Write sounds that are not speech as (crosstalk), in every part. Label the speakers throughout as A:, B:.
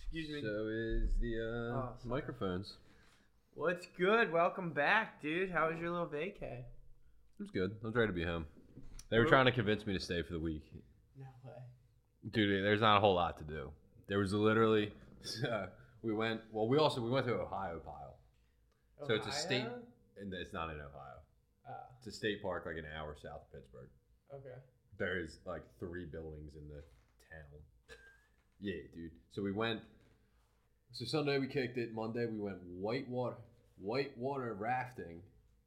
A: Excuse me.
B: So is the uh,
A: Oh, sorry.
B: microphones.
A: What's good? Welcome back, dude. How was your little vacay?
B: It was good. I was ready to be home. They were
A: Really?
B: trying to convince me to stay for the week,
A: No way.
B: dude. There's not a whole lot to do. There was literally (laughs) uh, we went. Well, we also we went to Ohio Pile, So it's a state- and it's not in Ohio.
A: Uh,
B: It's a state park like an hour south of Pittsburgh.
A: okay.
B: There's like three buildings in the town. (laughs) yeah, dude. So we went. So Sunday we kicked it. Monday we went whitewater whitewater rafting.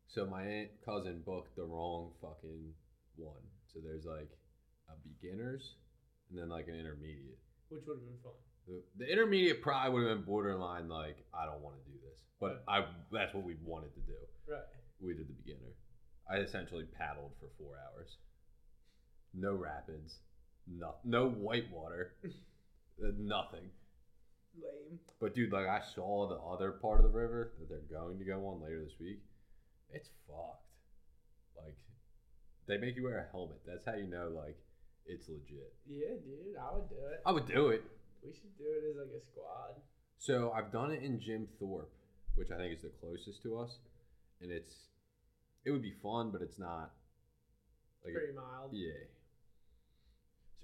B: So my aunt cousin booked the wrong fucking one. So there's like a beginners and then like an intermediate.
A: Which would have been fun.
B: The, the intermediate probably would have been borderline like I don't want to do this, but I that's what we wanted to do
A: Right.
B: we did the beginner. I essentially paddled for four hours. No rapids, no, no white water, (laughs) uh, nothing.
A: Lame.
B: But dude, like I saw the other part of the river that they're going to go on later this week. It's fucked. Like they make you wear a helmet. That's how you know like it's legit.
A: Yeah, dude. I would do it.
B: I would do it.
A: We should do it as like a squad.
B: So I've done it in Jim Thorpe, which I think is the closest to us, and it's it would be fun, but it's not. Like
A: Pretty mild.
B: yeah,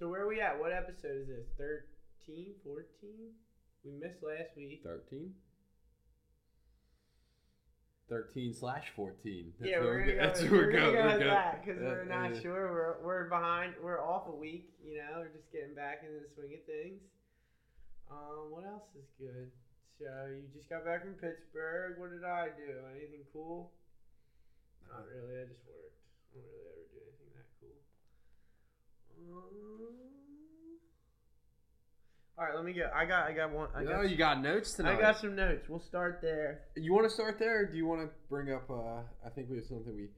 A: So where are we at? What episode is this? 13? 14? We missed last week.
B: 13 13 slash 14
A: yeah,
B: where
A: we're gonna
B: we're go-
A: go, (laughs)
B: that's where
A: we're
B: we're
A: gonna
B: going
A: go
B: we're
A: with
B: go-
A: that because we're
B: uh,
A: not
B: uh,
A: sure. We're, we're behind. We're off a week. You know, we're just getting back into the swing of things. Um, what else is good? So you just got back from Pittsburgh. What did I do? Anything cool? Not really. I just worked. I don't really ever do anything that cool. Um, all right, let me go. I got. I got one. I
B: no
A: got.
B: oh, you got notes tonight
A: I got some notes. We'll start there.
B: you want to start there or do you want to bring up uh i think we have something we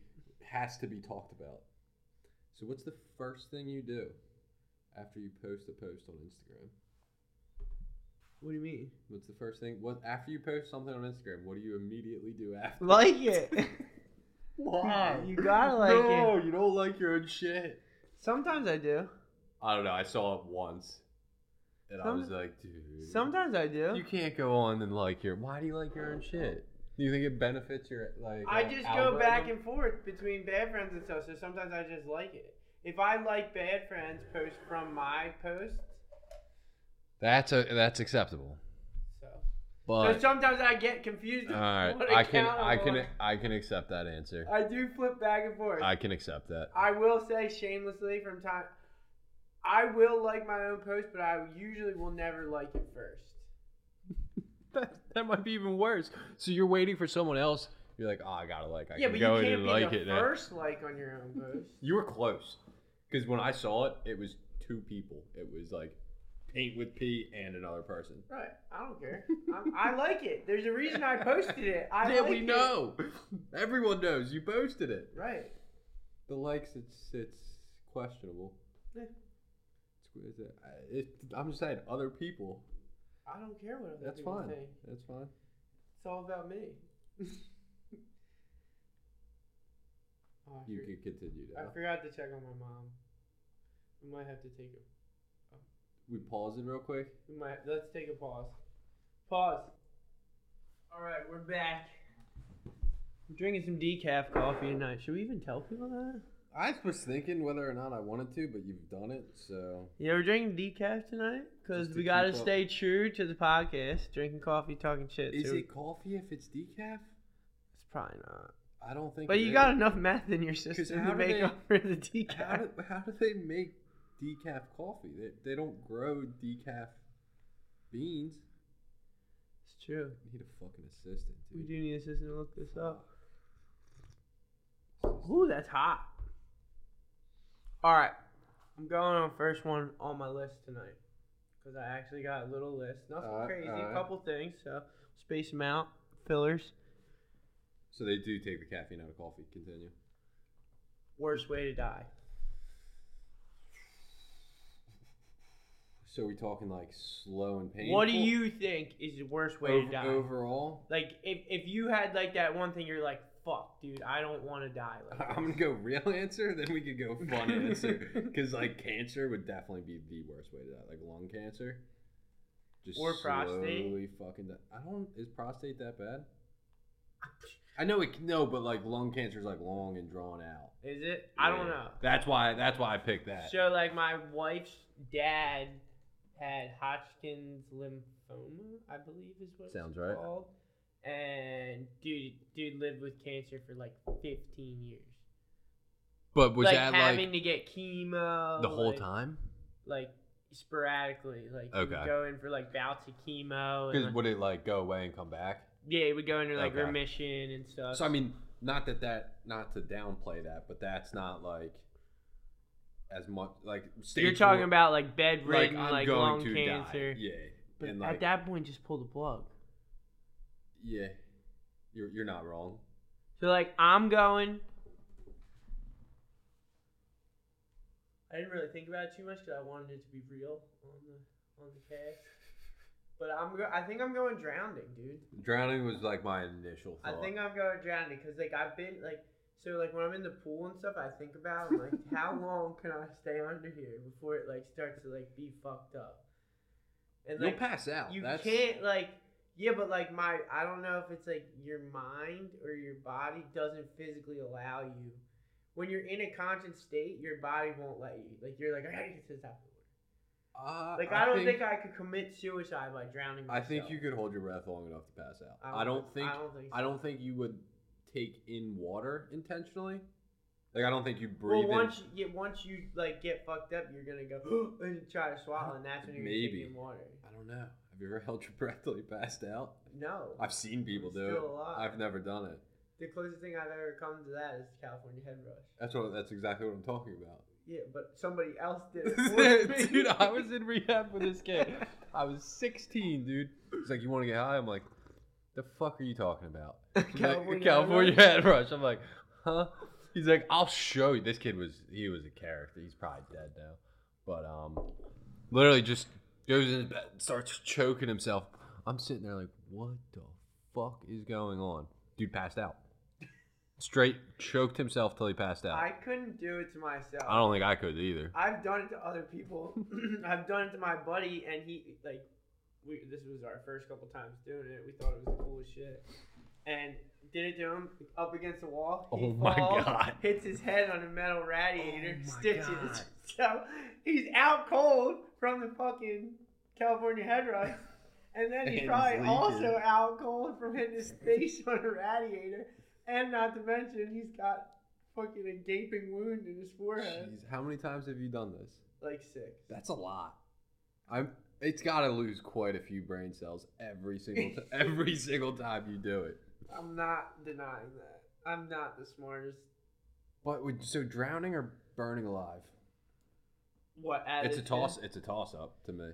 B: has to be talked about so what's the first thing you do after you post a post on instagram
A: What do you mean?
B: what's the first thing what after you post something on instagram what do you immediately do after
A: (laughs) Like it.
B: (laughs)
A: (laughs)
B: why
A: You gotta like it.
B: no you don't like your own shit
A: Sometimes I do.
B: I don't know. I saw it once, and I
A: Some-
B: was like, dude,
A: Sometimes I do.
B: you can't go on and like your. Why do you like your own shit? Do you think it benefits your like?
A: I
B: uh,
A: just go back
B: algorithm?
A: and forth between bad friends and stuff, so sometimes I just like it. If I like bad friends post from my posts,
B: That's a that's acceptable,
A: so so
B: but
A: sometimes I get confused. (laughs)
B: all
A: of
B: right,
A: what
B: I can
A: account I'm
B: I can
A: on.
B: I can accept that answer.
A: I do flip back and forth.
B: I can accept that.
A: I will say shamelessly from time, I will like my own post, but I usually will never like it first.
B: (laughs) That, that might be even worse. So you're waiting for someone else. You're like, oh, I gotta like. I
A: yeah,
B: can
A: but you
B: go
A: can't
B: in
A: be
B: and like
A: the
B: it. now."
A: first like on your own post.
B: You were close, because when I saw it, it was two people. It was like paint with P and another person.
A: Right, I don't care. I'm, I like it. There's a reason I posted it. I
B: yeah,
A: like
B: we
A: it.
B: know. Everyone knows you posted it.
A: Right.
B: The likes, it's it's questionable.
A: Yeah.
B: It's, it's, uh, it, I'm just saying, other people.
A: I don't care what other
B: That's
A: people
B: fine.
A: think.
B: That's fine.
A: It's all about me. (laughs) oh, I,
B: You
A: for-
B: can continue
A: I
B: now.
A: forgot to check on my mom. We might have to take a
B: We pause it real quick.
A: we might let's take a pause. Pause. All right, we're back. I'm drinking some decaf coffee tonight. Should we even tell people that?
B: I was thinking whether or not I wanted to, but you've done it, so
A: Yeah, we're drinking decaf tonight because
B: Just to
A: we gotta
B: keep up.
A: stay true to the podcast. Drinking coffee, talking shit.
B: is
A: so
B: it coffee if it's decaf?
A: It's probably not.
B: I don't think.
A: But
B: it
A: you
B: is.
A: got enough meth in your system
B: how
A: to
B: do
A: make
B: they-
A: up for the decaf.
B: How do, how do they make decaf coffee? They, they don't grow decaf beans.
A: it's true.
B: You need a fucking assistant,
A: We
B: dude.
A: do need assistant to look this up. Ooh, that's hot. All right, I'm going on first one on my list tonight because I actually got a little list. Nothing
B: Uh,
A: crazy, a
B: alright.
A: couple things. So space them out, fillers.
B: So they do take the caffeine out of coffee. Continue.
A: Worst way to die.
B: So we talking like slow and painful.
A: What do you think is the worst way to
B: Ov-
A: die?
B: overall? (laughs)
A: Like if if you had like that one thing, you're like, fuck, dude, I don't want to die. Like
B: (laughs)
A: that."
B: I'm gonna go real answer, then we could go
A: (laughs)
B: fun answer. Because like cancer would definitely be the worst way to die. Like lung cancer, Just
A: Or prostate.
B: slowly Fucking. di- I don't. Is prostate that bad? I know it. No, but like lung cancer is like long and drawn out.
A: Is it? I don't
B: Yeah.
A: know.
B: That's why. That's why I picked that.
A: So like my wife's dad had Hodgkin's lymphoma, I believe is what
B: Sounds
A: it's
B: right.
A: called. And dude, dude lived with cancer for like 15 years.
B: But was
A: like
B: that
A: having to
B: like
A: get chemo
B: the whole
A: like-
B: time?
A: like sporadically, like he would
B: Okay.
A: go in for like bouts of chemo. And,
B: Because
A: like,
B: would it like go away and come back?
A: yeah, he would go into like
B: Okay.
A: remission and stuff.
B: So I mean, not that that, not to downplay that, but that's not like as much like stage
A: you're talking
B: four-
A: about like bedridden,
B: I'm
A: like,
B: going
A: lung
B: to die.
A: cancer.
B: Yeah,
A: But
B: and
A: at
B: like
A: that point, just pull the plug.
B: yeah, you're you're not wrong.
A: So like I'm going. I didn't really think about it too much because I wanted it to be real on the on the cast. But I'm go- I think I'm going drowning, dude.
B: Drowning was like my initial
A: I
B: thought.
A: think I'm going drowning because like I've been like so like when I'm in the pool and stuff, I think about I'm like
B: (laughs)
A: how long can I stay under here before it like starts to like be fucked up. And
B: You'll
A: like
B: pass out.
A: you
B: that's,
A: can't like yeah, but like my I don't know if it's like your mind or your body doesn't physically allow you. When you're in a conscious state, your body won't let you. Like you're like I gotta get to the top of the water.
B: Uh,
A: Like I, don't think, I could commit suicide by drowning.
B: I
A: Myself.
B: think you could hold your breath long enough to pass out. I don't, think.
A: I don't think.
B: I
A: so.
B: don't think you would take in water intentionally. Like I don't think you breathe
A: Well,
B: in
A: once you, yeah, once you like get fucked up, you're gonna go (gasps) and try to swallow, and that's when you're
B: Maybe.
A: taking water.
B: I don't know. Have you ever held your breath till you passed out?
A: No,
B: I've seen people
A: I'm
B: do
A: still
B: it.
A: alive.
B: I've never done it.
A: the closest thing I've ever come to that is California head rush.
B: That's what. That's exactly what I'm talking about.
A: Yeah, but somebody else did
B: (laughs)
A: it. for me.
B: dude, I was in rehab for this
A: (laughs)
B: kid. I was 16, dude. He's like, "You want to get high?" I'm like, "The fuck are you talking
A: (laughs)
B: about?" He's like,
A: California
B: California
A: head rush?
B: head rush. I'm like, "Huh?" He's like, "I'll show you." This kid was he was a character. He's probably dead now, but um, literally just goes in his bed, and starts choking himself. I'm sitting there like, "What the fuck is going on?" Dude passed out. Straight choked himself till he passed out.
A: I couldn't do it to myself.
B: I don't think I could either.
A: I've done it to other people. (clears throat) I've done it to my buddy, and he like, we this was our first couple times doing it. We thought it was the coolest shit, and did it to him up against the wall. He
B: Oh my
A: falls,
B: God.
A: Hits his head on a metal radiator,
B: Oh my
A: stitches.
B: God.
A: (laughs) So he's out cold from the fucking California head rush. And then he's
B: (laughs) And
A: probably
B: he's leaking.
A: also out cold from hitting his face (laughs) on a radiator. And not to mention, he's got fucking a gaping wound in his forehead.
B: Jeez, how many times have you done this?
A: Like six.
B: That's a lot. I'm. It's got to lose quite a few brain cells every
A: (laughs)
B: single t- every single time you do it.
A: I'm not denying that. I'm not the smartest.
B: But would, so drowning or burning alive?
A: What? at
B: It's a
A: it
B: toss.
A: is.
B: It's a toss up to me.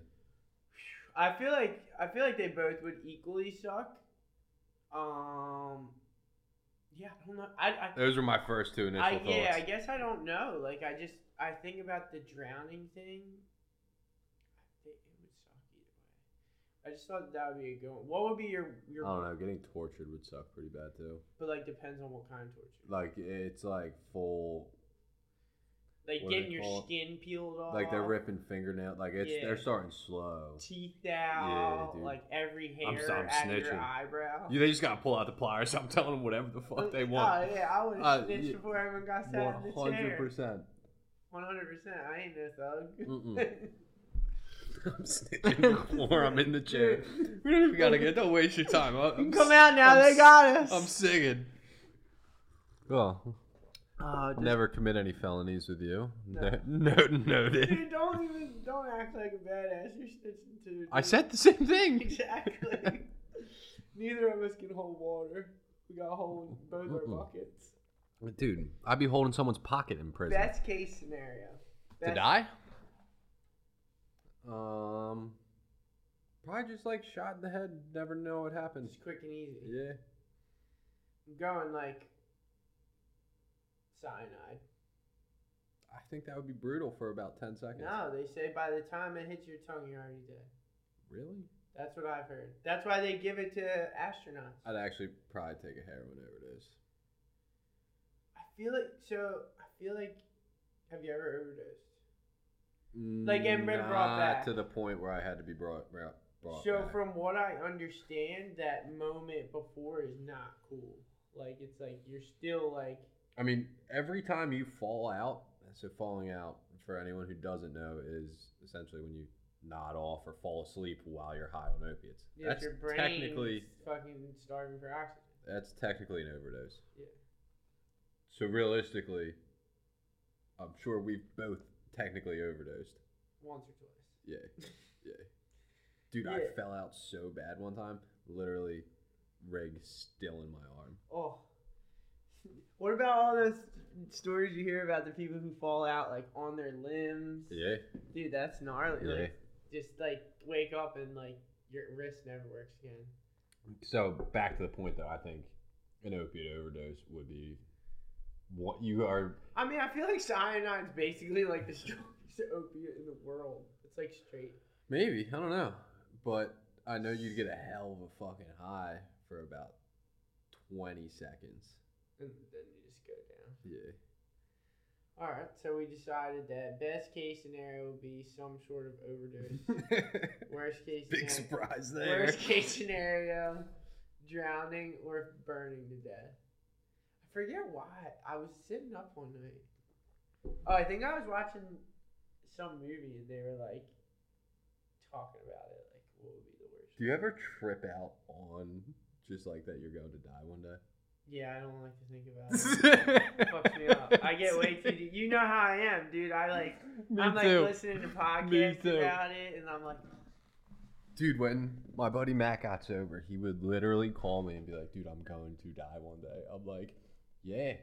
A: I feel like I feel like they both would equally suck. Um. Yeah, I don't know. I I,
B: Those were my first two initial
A: I
B: thoughts.
A: yeah. I guess I don't know. Like I just I think about the drowning thing. I think it would suck either way. I just thought that would be a good one. What would be your your?
B: I don't know. Getting tortured would suck pretty bad too.
A: But like depends on what kind of torture.
B: Like it's like full.
A: Like
B: What do they
A: getting your
B: call it?
A: skin peeled off.
B: Like they're ripping fingernail. Like it's
A: Yeah.
B: they're starting slow.
A: teeth out.
B: dude.
A: like every
B: I'm-
A: hair
B: I'm
A: out of your
B: snitching.
A: eyebrow.
B: You, they just gotta pull out the pliers. (laughs) I'm telling them whatever the fuck they want.
A: Oh yeah, I would
B: Uh,
A: have snitched
B: yeah.
A: before I even got sat
B: One
A: in the
B: hundred
A: chair.
B: percent.
A: One hundred percent. I ain't no thug.
B: Mm-mm.
A: (laughs)
B: I'm snitching before I'm in the chair. We don't even gotta get. Don't waste your time. I,
A: (laughs) You can come out now. they got us.
B: I'm singing. Well,
A: Uh, just-
B: never commit any felonies with you.
A: No.
B: No,
A: (laughs)
B: noted.
A: Dude, don't even don't act like a badass. You're snitching too.
B: I
A: dude.
B: said the same thing.
A: (laughs)
B: (laughs)
A: exactly. Neither of us can hold water. We got to hold both
B: Mm-mm.
A: our buckets.
B: Dude, I'd be holding someone's pocket in prison
A: Best case scenario.
B: to
A: Best-
B: die. Um, probably just like shot in the head. Never know what happens.
A: Just quick and easy.
B: Yeah.
A: I'm going like cyanide.
B: I think that would be brutal for about ten seconds.
A: No, they say by the time it hits your tongue, you're already dead.
B: Really?
A: That's what I've heard. That's why they give it to astronauts.
B: I'd actually probably take a heroin overdose.
A: I feel like so. I feel like. Have you ever overdosed?
B: Mm,
A: Like, and been brought
B: not
A: back.
B: to the point where I had to be brought brought, brought
A: So
B: back.
A: from what I understand, that moment before is not cool. Like it's like you're still like
B: I mean, every time you fall out, so falling out for anyone who doesn't know is essentially when you nod off or fall asleep while you're high on opiates.
A: yeah,
B: that's
A: your brain
B: technically
A: fucking starving for oxygen.
B: that's technically an overdose.
A: Yeah.
B: So realistically, I'm sure we've both technically overdosed.
A: Once or twice.
B: Yeah. Yeah. Dude, I
A: Yeah.
B: fell out so bad one time, literally rig still in my arm.
A: Oh. (laughs) What about all those stories you hear about the people who fall out like on their limbs?
B: Yeah.
A: Dude, that's gnarly.
B: Yeah.
A: Like just like wake up and like your wrist never works again.
B: So back to the point though, I think an opiate overdose would be what you are
A: I mean, I feel like cyanide's basically like the (laughs) strongest opiate in the world. It's like straight.
B: maybe, I don't know. But I know you'd get a hell of a fucking high for about twenty seconds.
A: And then you just go down.
B: Yeah.
A: All right, so we decided that best case scenario would be some sort of overdose.
B: (laughs)
A: (laughs) worst case
B: Big
A: scenario,
B: surprise there.
A: worst case scenario, drowning or burning to death. I forget why I was sitting up one night. Oh, I think I was watching some movie and they were like talking about it, like what would be the worst.
B: Do you ever trip out on just like that you're going to die one day?
A: Yeah, I don't like to think about it.
B: (laughs) Fuck
A: Fucks me up. I get way too deep. You know how I am, dude. I like
B: (laughs) Me
A: I'm like
B: too.
A: listening to
B: Me
A: podcasts
B: too.
A: about it, and I'm like,
B: Dude, when my buddy Matt got sober, he would literally call me and be like, dude, I'm going to die one day. I'm like, yeah.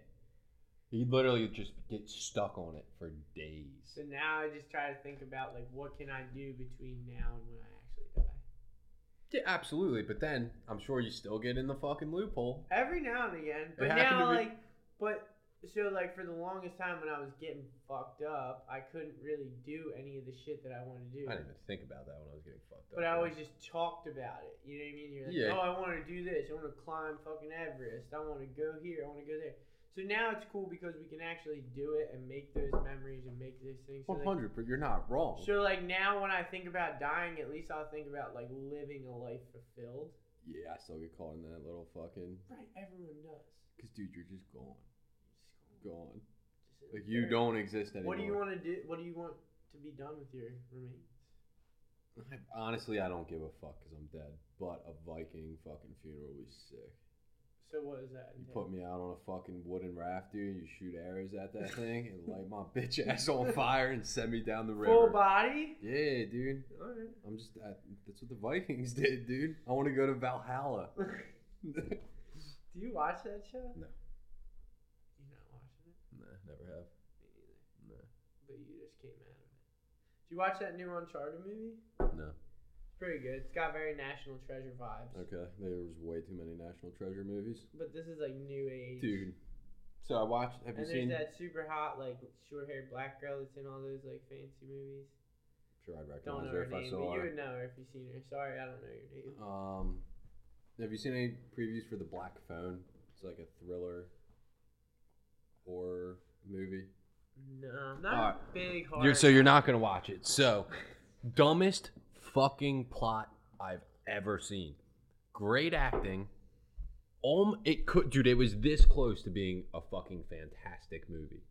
B: He'd literally just get stuck on it for days.
A: so now I just try to think about like what can I do between now and when I actually die.
B: Yeah, absolutely. But then I'm sure you still get in the fucking loophole.
A: Every now and again, but
B: happened
A: now
B: to me-
A: like, but so like for the longest time when I was getting fucked up, I couldn't really do any of the shit that I wanted to do.
B: I didn't even think about that when I was getting fucked up.
A: But I always just talked about it. You know what I mean? You're like,
B: Yeah.
A: oh, I want to do this. I want to climb fucking Everest. I want to go here. I want to go there. So now it's cool because we can actually do it and make those memories and make those things. So
B: 100,
A: like,
B: but you're not wrong.
A: so like now when I think about dying, at least I'll think about like living a life fulfilled.
B: Yeah, I still get caught in that little fucking.
A: Right, everyone does.
B: Because, dude, you're just gone.
A: Just go-
B: Gone.
A: just
B: Like, you
A: there.
B: don't exist anymore.
A: What do you want to do? What do you want to be done with your remains?
B: I- Honestly, I don't give a fuck because I'm dead. But a Viking fucking funeral would be sick.
A: So what is that?
B: You
A: entail?
B: put me out on a fucking wooden raft, dude. You shoot arrows at that thing and light my bitch
A: (laughs)
B: ass on fire and send me down the river.
A: full body.
B: Yeah, dude.
A: All
B: I'm just. I, that's what the Vikings (laughs) did, dude. I want to go to
A: (laughs)
B: Valhalla.
A: right.
B: nah,
A: do you watch that show?
B: No.
A: You're not watching it.
B: never have.
A: Me neither.
B: Nah.
A: but you just came out of it. Did you watch that new Uncharted movie?
B: No.
A: It's pretty good. It's got very National Treasure vibes.
B: Okay. There was way too many National Treasure movies,
A: But this is like new age.
B: dude. So I watched. Have
A: And there's
B: you seen?
A: that super hot, like, short haired black girl that's in all those, like, fancy movies.
B: sure, I'd
A: Don't know
B: recognize
A: her
B: her if I
A: name,
B: saw
A: but you
B: her.
A: would know her if you've seen her. Sorry, I don't know your name.
B: Um, have you seen any previews for the Black Phone? It's like a thriller horror movie.
A: No. I'm Not a big horror.
B: You're, so you're not gonna watch it. So, dumbest fucking plot I've ever seen. Great acting. Um, it could, dude. It was this close to being a fucking fantastic movie.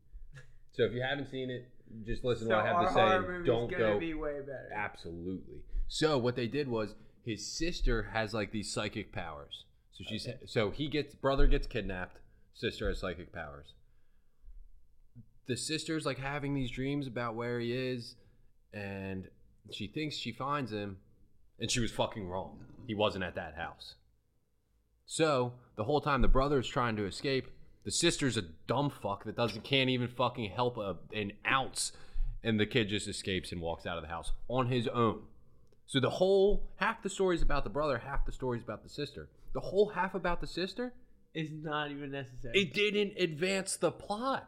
B: So if you haven't seen it, just listen
A: so
B: to what I have
A: our
B: to say.
A: horror
B: and
A: movie's
B: Don't
A: gonna
B: go
A: be way better.
B: Absolutely. So what they did was his sister has like these psychic powers. So she's so he gets brother gets kidnapped, sister has psychic powers. The sister's like having these dreams about where he is and she thinks she finds him and she was fucking wrong. He wasn't at that house. So the whole time the brother is trying to escape, the sister's a dumb fuck that doesn't can't even fucking help a, an ounce, and the kid just escapes and walks out of the house on his own. So the whole half the story's about the brother, half the story's about the sister. The whole half about the sister,
A: It's not even necessary.
B: it didn't advance the plot.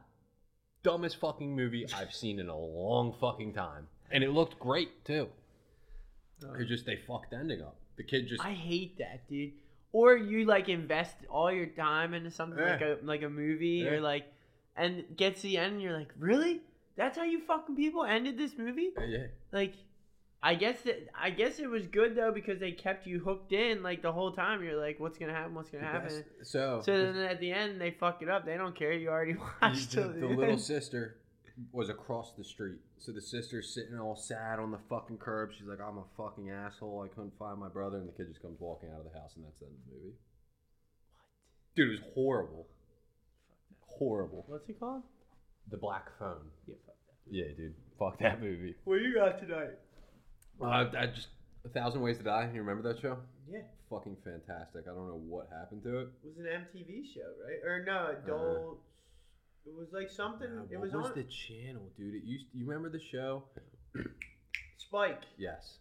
B: Dumbest fucking movie I've seen in a long fucking time, and it looked great too. It just they fucked the ending up. The kid just
A: Uh, I hate that, dude. Or you like invest all your time into something like
B: Yeah.
A: a like a movie
B: Yeah.
A: or like, and get to the end and you're like, really? That's how you fucking people ended this movie?
B: yeah.
A: Like, I guess it, I guess it was good though because they kept you hooked in like the whole time. You're like, what's gonna happen? What's gonna happen?
B: That's- So,
A: So then at the end they fuck it up. They don't care. You already (laughs)
B: the,
A: watched
B: the-
A: till
B: the
A: end.
B: little sister was across the street. So the sister's sitting all sad on the fucking curb. She's like, I'm a fucking asshole. I couldn't find my brother. And the kid just comes walking out of the house, and that's the end of the movie. Dude, it was horrible. Horrible.
A: What's it called?
B: The Black Phone.
A: Yeah, fuck that.
B: Yeah, dude. Fuck that movie.
A: What you got tonight?
B: Uh, I just a thousand ways to die. You remember that show?
A: Yeah,
B: Fucking fantastic. I don't know what happened to it.
A: it was an MTV show, right? Or no, adult. it was like something.
B: Uh,
A: it
B: Uh-huh. what
A: was,
B: was
A: on
B: the channel, dude? It used. You remember the show?
A: Spike.
B: Yes.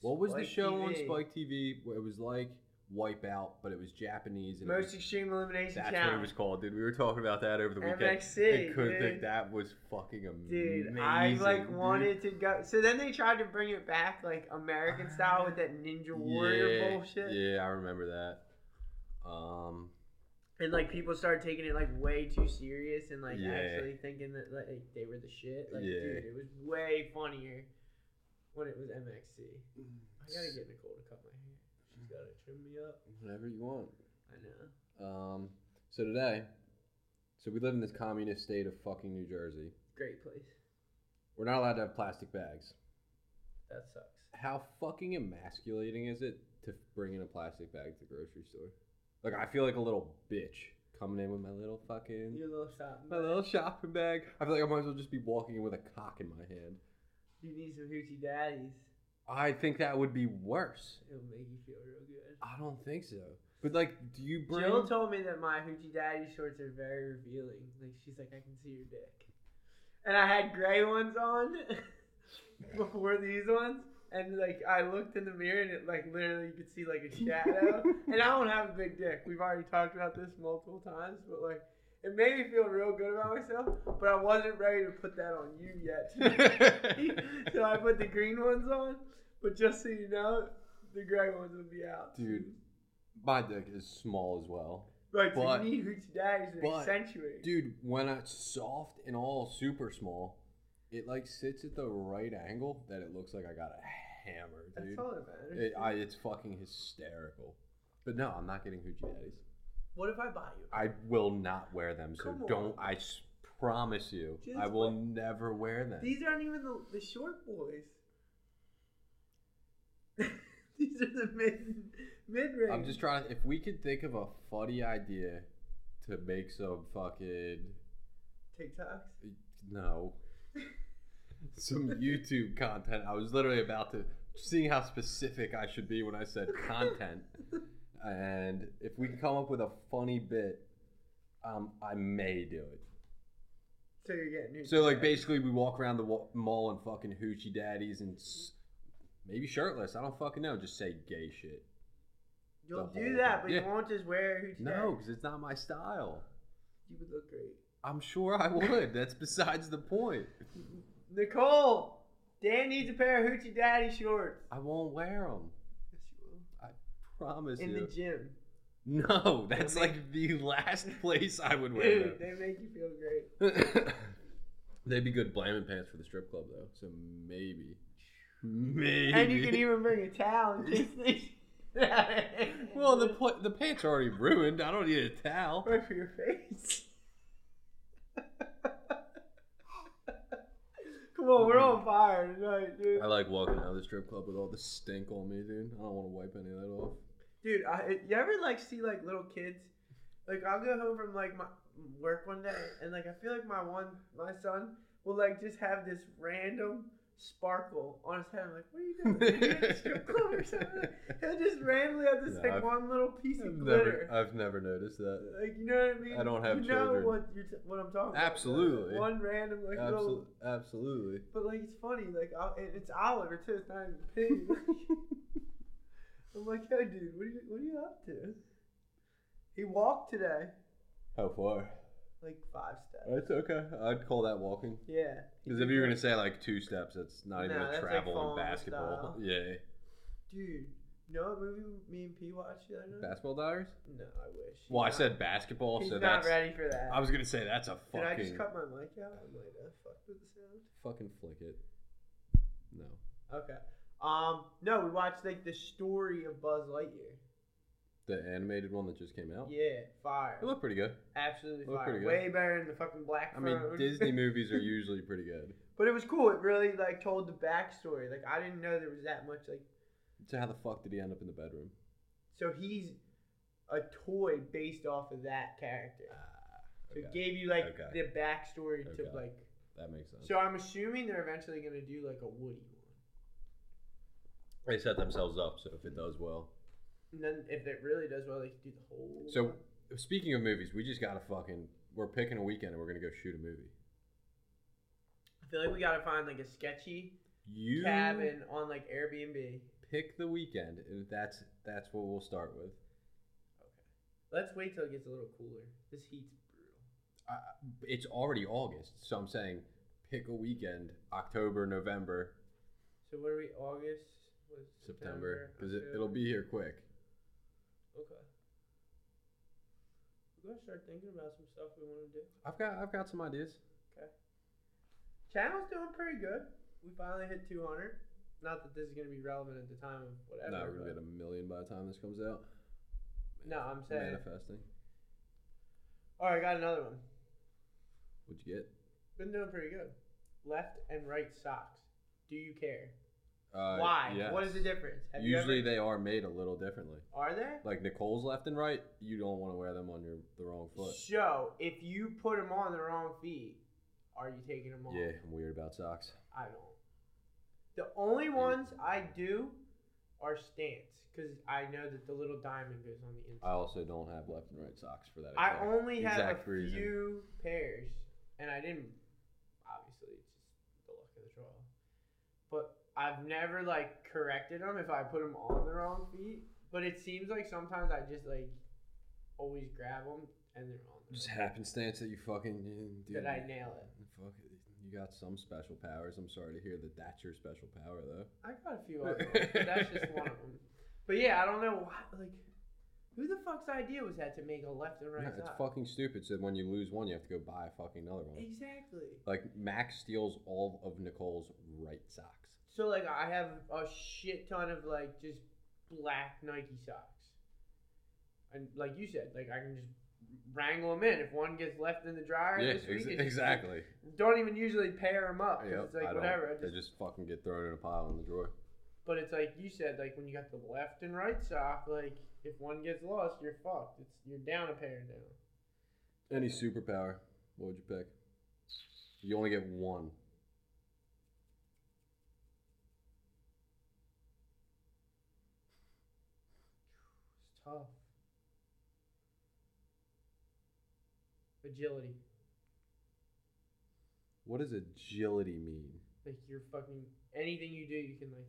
B: What was the
A: Spike
B: show on
A: TV.
B: Spike TV? Where it was like Wipeout, but it was Japanese. And it
A: Most
B: was,
A: Extreme Elimination
B: that's
A: Challenge.
B: what it was called, dude. We were talking about that over the weekend.
A: MXC,
B: I couldn't think
A: dude.
B: that was fucking amazing.
A: Dude, I like
B: dude.
A: wanted to go. So then they tried to bring it back, like American style, with that Ninja Warrior
B: yeah,
A: bullshit,
B: Yeah, I remember that. Um,
A: and like people started taking it like way too serious, and like
B: Yeah.
A: actually thinking that like they were the shit. Like,
B: Yeah.
A: dude, it was way funnier when it was MXC. I gotta get Nicole to cut my hair. She's gotta trim me up.
B: whatever you want.
A: I know.
B: Um, so today, so we live in this communist state of fucking New Jersey.
A: Great place.
B: We're not allowed to have plastic bags.
A: That sucks.
B: How fucking emasculating is it to bring in a plastic bag to the grocery store? Like I feel like a little bitch coming in with my little fucking
A: Your little shop.
B: my little shopping bag. I feel like I might as well just be walking in with a cock in my hand.
A: You need some hoochie daddies.
B: I think that would be worse.
A: It'll make you feel real good.
B: I don't think so. But like, do you bring?
A: Jill
B: (laughs)
A: told me that my hoochie daddy shorts are very revealing. Like she's like, I can see your dick. And I had gray ones on (laughs) before these ones, and like I looked in the mirror and it like literally you could see like
B: (laughs)
A: a shadow. and I don't have a big dick. We've already talked about this multiple times, but like it made me feel real good about myself. But I wasn't ready to put that on you (laughs) yet. so I put the green ones on. But just so you know, the gray ones will be out.
B: Dude, my dick is small as well.
A: Right,
B: But-
A: so you need hoochie daddies to
B: but-
A: accentuate.
B: Dude, when it's soft and all super small, it like sits at the right angle that it looks like I got a hammer,
A: That's
B: dude.
A: all that matters.
B: It, I, it's fucking hysterical. But no, I'm not getting hoochie daddies.
A: what if I buy you?
B: I will not wear them. So
A: Come on.
B: don't. I s- promise you,
A: Just
B: I will
A: wait.
B: never wear them.
A: These aren't even the, the short boys. (laughs) These are the mid mid range.
B: I'm just trying. If we could think of a funny idea to make some fucking
A: TikToks. (laughs)
B: no, some YouTube content. I was literally about to seeing how specific I should be when I said
A: (laughs)
B: content. and if we can come up with a funny bit, um, I may do it.
A: So you're getting hoochie
B: So like
A: daddies.
B: basically we walk around the wa- mall and fucking hoochie daddies and s- maybe shirtless. I don't fucking know. Just say gay shit.
A: You'll
B: the
A: do
B: whole
A: that,
B: thing.
A: but
B: Yeah.
A: you won't just wear hoochie
B: No,
A: daddies.
B: because it's not my style.
A: You would look great.
B: I'm sure I would. That's besides the point.
A: Nicole! Dan needs a pair of hoochie daddy shorts.
B: I won't wear them.
A: Yes, you
B: Promise
A: will. In
B: you.
A: the gym.
B: no, that's like the last
A: (laughs)
B: place I would wear
A: Dude, they make you feel
B: (laughs)
A: great.
B: them. They'd be good blaming pants for the strip club though. So maybe, maybe.
A: And you can even bring a towel in
B: (laughs)
A: case they.
B: well, the pla- the pants are already ruined. I don't need a towel.
A: right for your face. Come on, we're on fire tonight, dude.
B: I like walking out of the strip club with all the stink on me, dude. I don't want to wipe any of that off.
A: Dude, I, you ever like see like little kids? Like I'll go home from like my work one day, and like I feel like my one my son will like just have this random sparkle on his head. I'm like, what are you doing? Are you at the strip club or something? He'll just randomly have this
B: No,
A: like
B: I've-
A: one little piece
B: I've
A: of glitter.
B: never, I've never noticed that.
A: Like you know what I mean?
B: I don't have
A: you
B: children.
A: Know what you're t- what I'm talking about?
B: Absolutely.
A: Like, one random like
B: Absol-
A: little,
B: absolutely.
A: but like it's funny. Like I'll, and it's Oliver too. It's not even
B: (laughs)
A: Pete. I'm like, yo, dude, what are you what are you up to? He walked today,
B: How far?
A: like five steps.
B: It's okay. I'd call that walking.
A: Yeah. he
B: Because
A: did
B: if you were
A: that.
B: gonna say like two steps, that's not even
A: No,
B: a
A: that's like
B: travel in
A: falling
B: basketball.
A: style.
B: Yeah.
A: dude, you know what movie me and P watched the other night?
B: Basketball diaries?
A: No, I wish.
B: Well, I
A: He's
B: said
A: not-
B: basketball,
A: He's
B: so
A: not
B: that's.
A: ready for that.
B: I was gonna say that's a
A: Did I
B: fucking
A: just cut my mic out? I might have fucked with the sound.
B: fucking flick it. No.
A: Okay. Um, no, we watched like the story of Buzz Lightyear.
B: The animated one that just came out.
A: Yeah, fire.
B: It looked pretty good.
A: Absolutely
B: looked
A: fire.
B: pretty good.
A: Way better than the fucking Black
B: I mean,
A: Phone.
B: Disney movies are usually pretty good.
A: But it was cool. It really like told the backstory. Like I didn't know there was that much. Like
B: So how the fuck did he end up in the bedroom?
A: so he's a toy based off of that character. So it
B: Ah, okay.
A: gave you like
B: Okay.
A: the backstory
B: Okay.
A: to like.
B: That makes sense.
A: So I'm assuming they're eventually gonna do like a Woody one.
B: They set themselves up, so if it does well.
A: And then if it really does well, they could do the whole.
B: So
A: one.
B: speaking of movies, we just gotta fucking we're picking a weekend and we're gonna go shoot a movie.
A: I feel like we gotta find like a sketchy
B: You
A: cabin on like Airbnb.
B: pick the weekend, and that's that's what we'll start with.
A: Let's wait till it gets a little cooler. This heat's brutal.
B: Uh, it's already August, so I'm saying pick a weekend, October, November,
A: So what are we? August. What is it,
B: September, because it,
A: October?
B: it'll be here quick.
A: Okay. We're gonna start thinking about some stuff we want to do.
B: I've got I've got some ideas.
A: Channel's doing pretty good. We finally hit 200. Not that this is gonna be relevant at the time of whatever.
B: No, we're gonna
A: but-
B: get a million by the time this comes out.
A: No, I'm saying.
B: Manifesting.
A: All right, I got another one.
B: What'd you get?
A: Been doing pretty good. Left and right socks. Do you care?
B: Uh,
A: Why? What is the
B: yes.
A: difference? Have you
B: Usually
A: ever-
B: they are made a little differently.
A: are there.
B: Like Nicole's left and right, you don't want to wear them on your the wrong foot.
A: So if you put them on the wrong feet, are you taking them off?
B: Yeah, I'm weird about socks.
A: I don't. The only ones I do are stance because I know that the little diamond goes on the
B: I
A: inside.
B: also don't have left and right socks for that.
A: I
B: exact-
A: only have
B: Oh, exact
A: a
B: reason.
A: few pairs, and I didn't. Obviously, it's just the luck of the draw. But I've never like corrected them if I put them on the wrong feet. But it seems like sometimes I just like always grab them and they're on. the
B: Just
A: wrong-
B: happenstance that you fucking you- dude,
A: That I nail it.
B: Fuck, you got some special powers. I'm sorry to hear that. That's your special power though.
A: I got a
B: (laughs)
A: few other ones, but that's just one of them. But yeah, I don't know why. Like, who the fuck's idea was that to make a left and right
B: No, it's
A: side?
B: fucking stupid. So when you lose one, you have to go buy a fucking another one.
A: Exactly.
B: Like Max steals all of Nicole's right socks.
A: So like, I have a shit ton of like just black Nike socks, and like you said, like I can just wrangle them in. If one gets left in the dryer
B: yeah,
A: this week, (laughs)
B: ex-
A: it's just-
B: exactly.
A: Don't even usually pair them up 'cause
B: Yep,
A: it's
B: I
A: like
B: don't-
A: whatever. I
B: They
A: just,
B: just fucking get thrown in a pile in the drawer.
A: but it's like you said, like when you got the left and right sock, like if one gets lost, you're fucked. It's you're down a pair now.
B: Any superpower, what would you pick? You only get one.
A: It's tough. Agility.
B: What does agility mean?
A: Like you're fucking anything you do, you can like.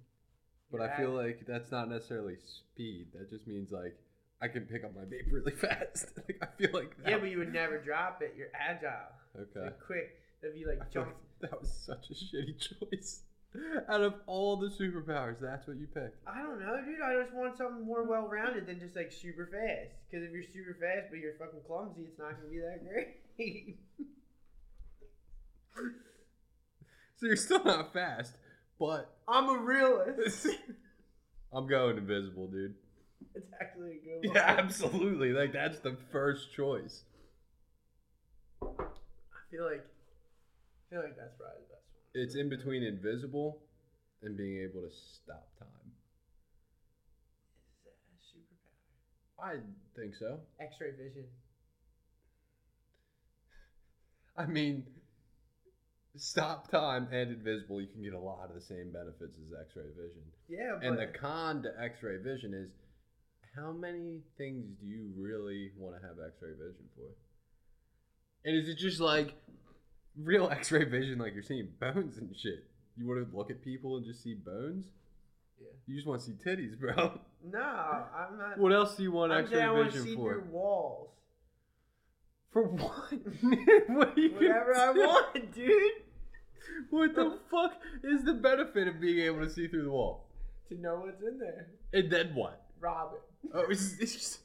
B: But I feel like that's not necessarily speed. That just means like I can pick up my vape really (laughs) fast. like I feel like that.
A: Yeah, but you would never drop it. You're agile.
B: okay.
A: Like quick. That'd be
B: I
A: like
B: feel
A: jump.
B: like that was such a (laughs) shitty choice. (laughs) Out of all the superpowers, that's what you picked.
A: I don't know, dude. I just want something more well-rounded than just like super fast. Because if you're super fast but you're fucking clumsy, it's not gonna be that great. (laughs)
B: So you're still not fast, but (laughs)
A: I'm a realist.
B: I'm going invisible, dude.
A: It's actually a good one.
B: Yeah, (laughs) absolutely. Like that's the first choice.
A: I feel like. I feel like that's probably the best one.
B: It's in between invisible and being able to stop time.
A: Is that a superpower?
B: I think so.
A: X-ray vision.
B: I mean, stop time and invisible, you can get a lot of the same benefits as x ray vision.
A: Yeah, but
B: And the con to x ray vision is how many things do you really want to have x ray vision for? And is it just like real x ray vision, like you're seeing bones and shit? You want to look at people and just see bones?
A: Yeah.
B: You just want to see titties, bro. (laughs)
A: No, I'm not.
B: What else do you want
A: I'm
B: x ray
A: saying I want to
B: vision
A: see
B: for?
A: through
B: (laughs)
A: walls.
B: For what? (laughs) what are you gonna
A: Whatever I
B: do?
A: want, dude.
B: What the fuck is the benefit of being able to see through the wall?
A: To know what's in there.
B: And then what?
A: Rob
B: Oh, it's, it's just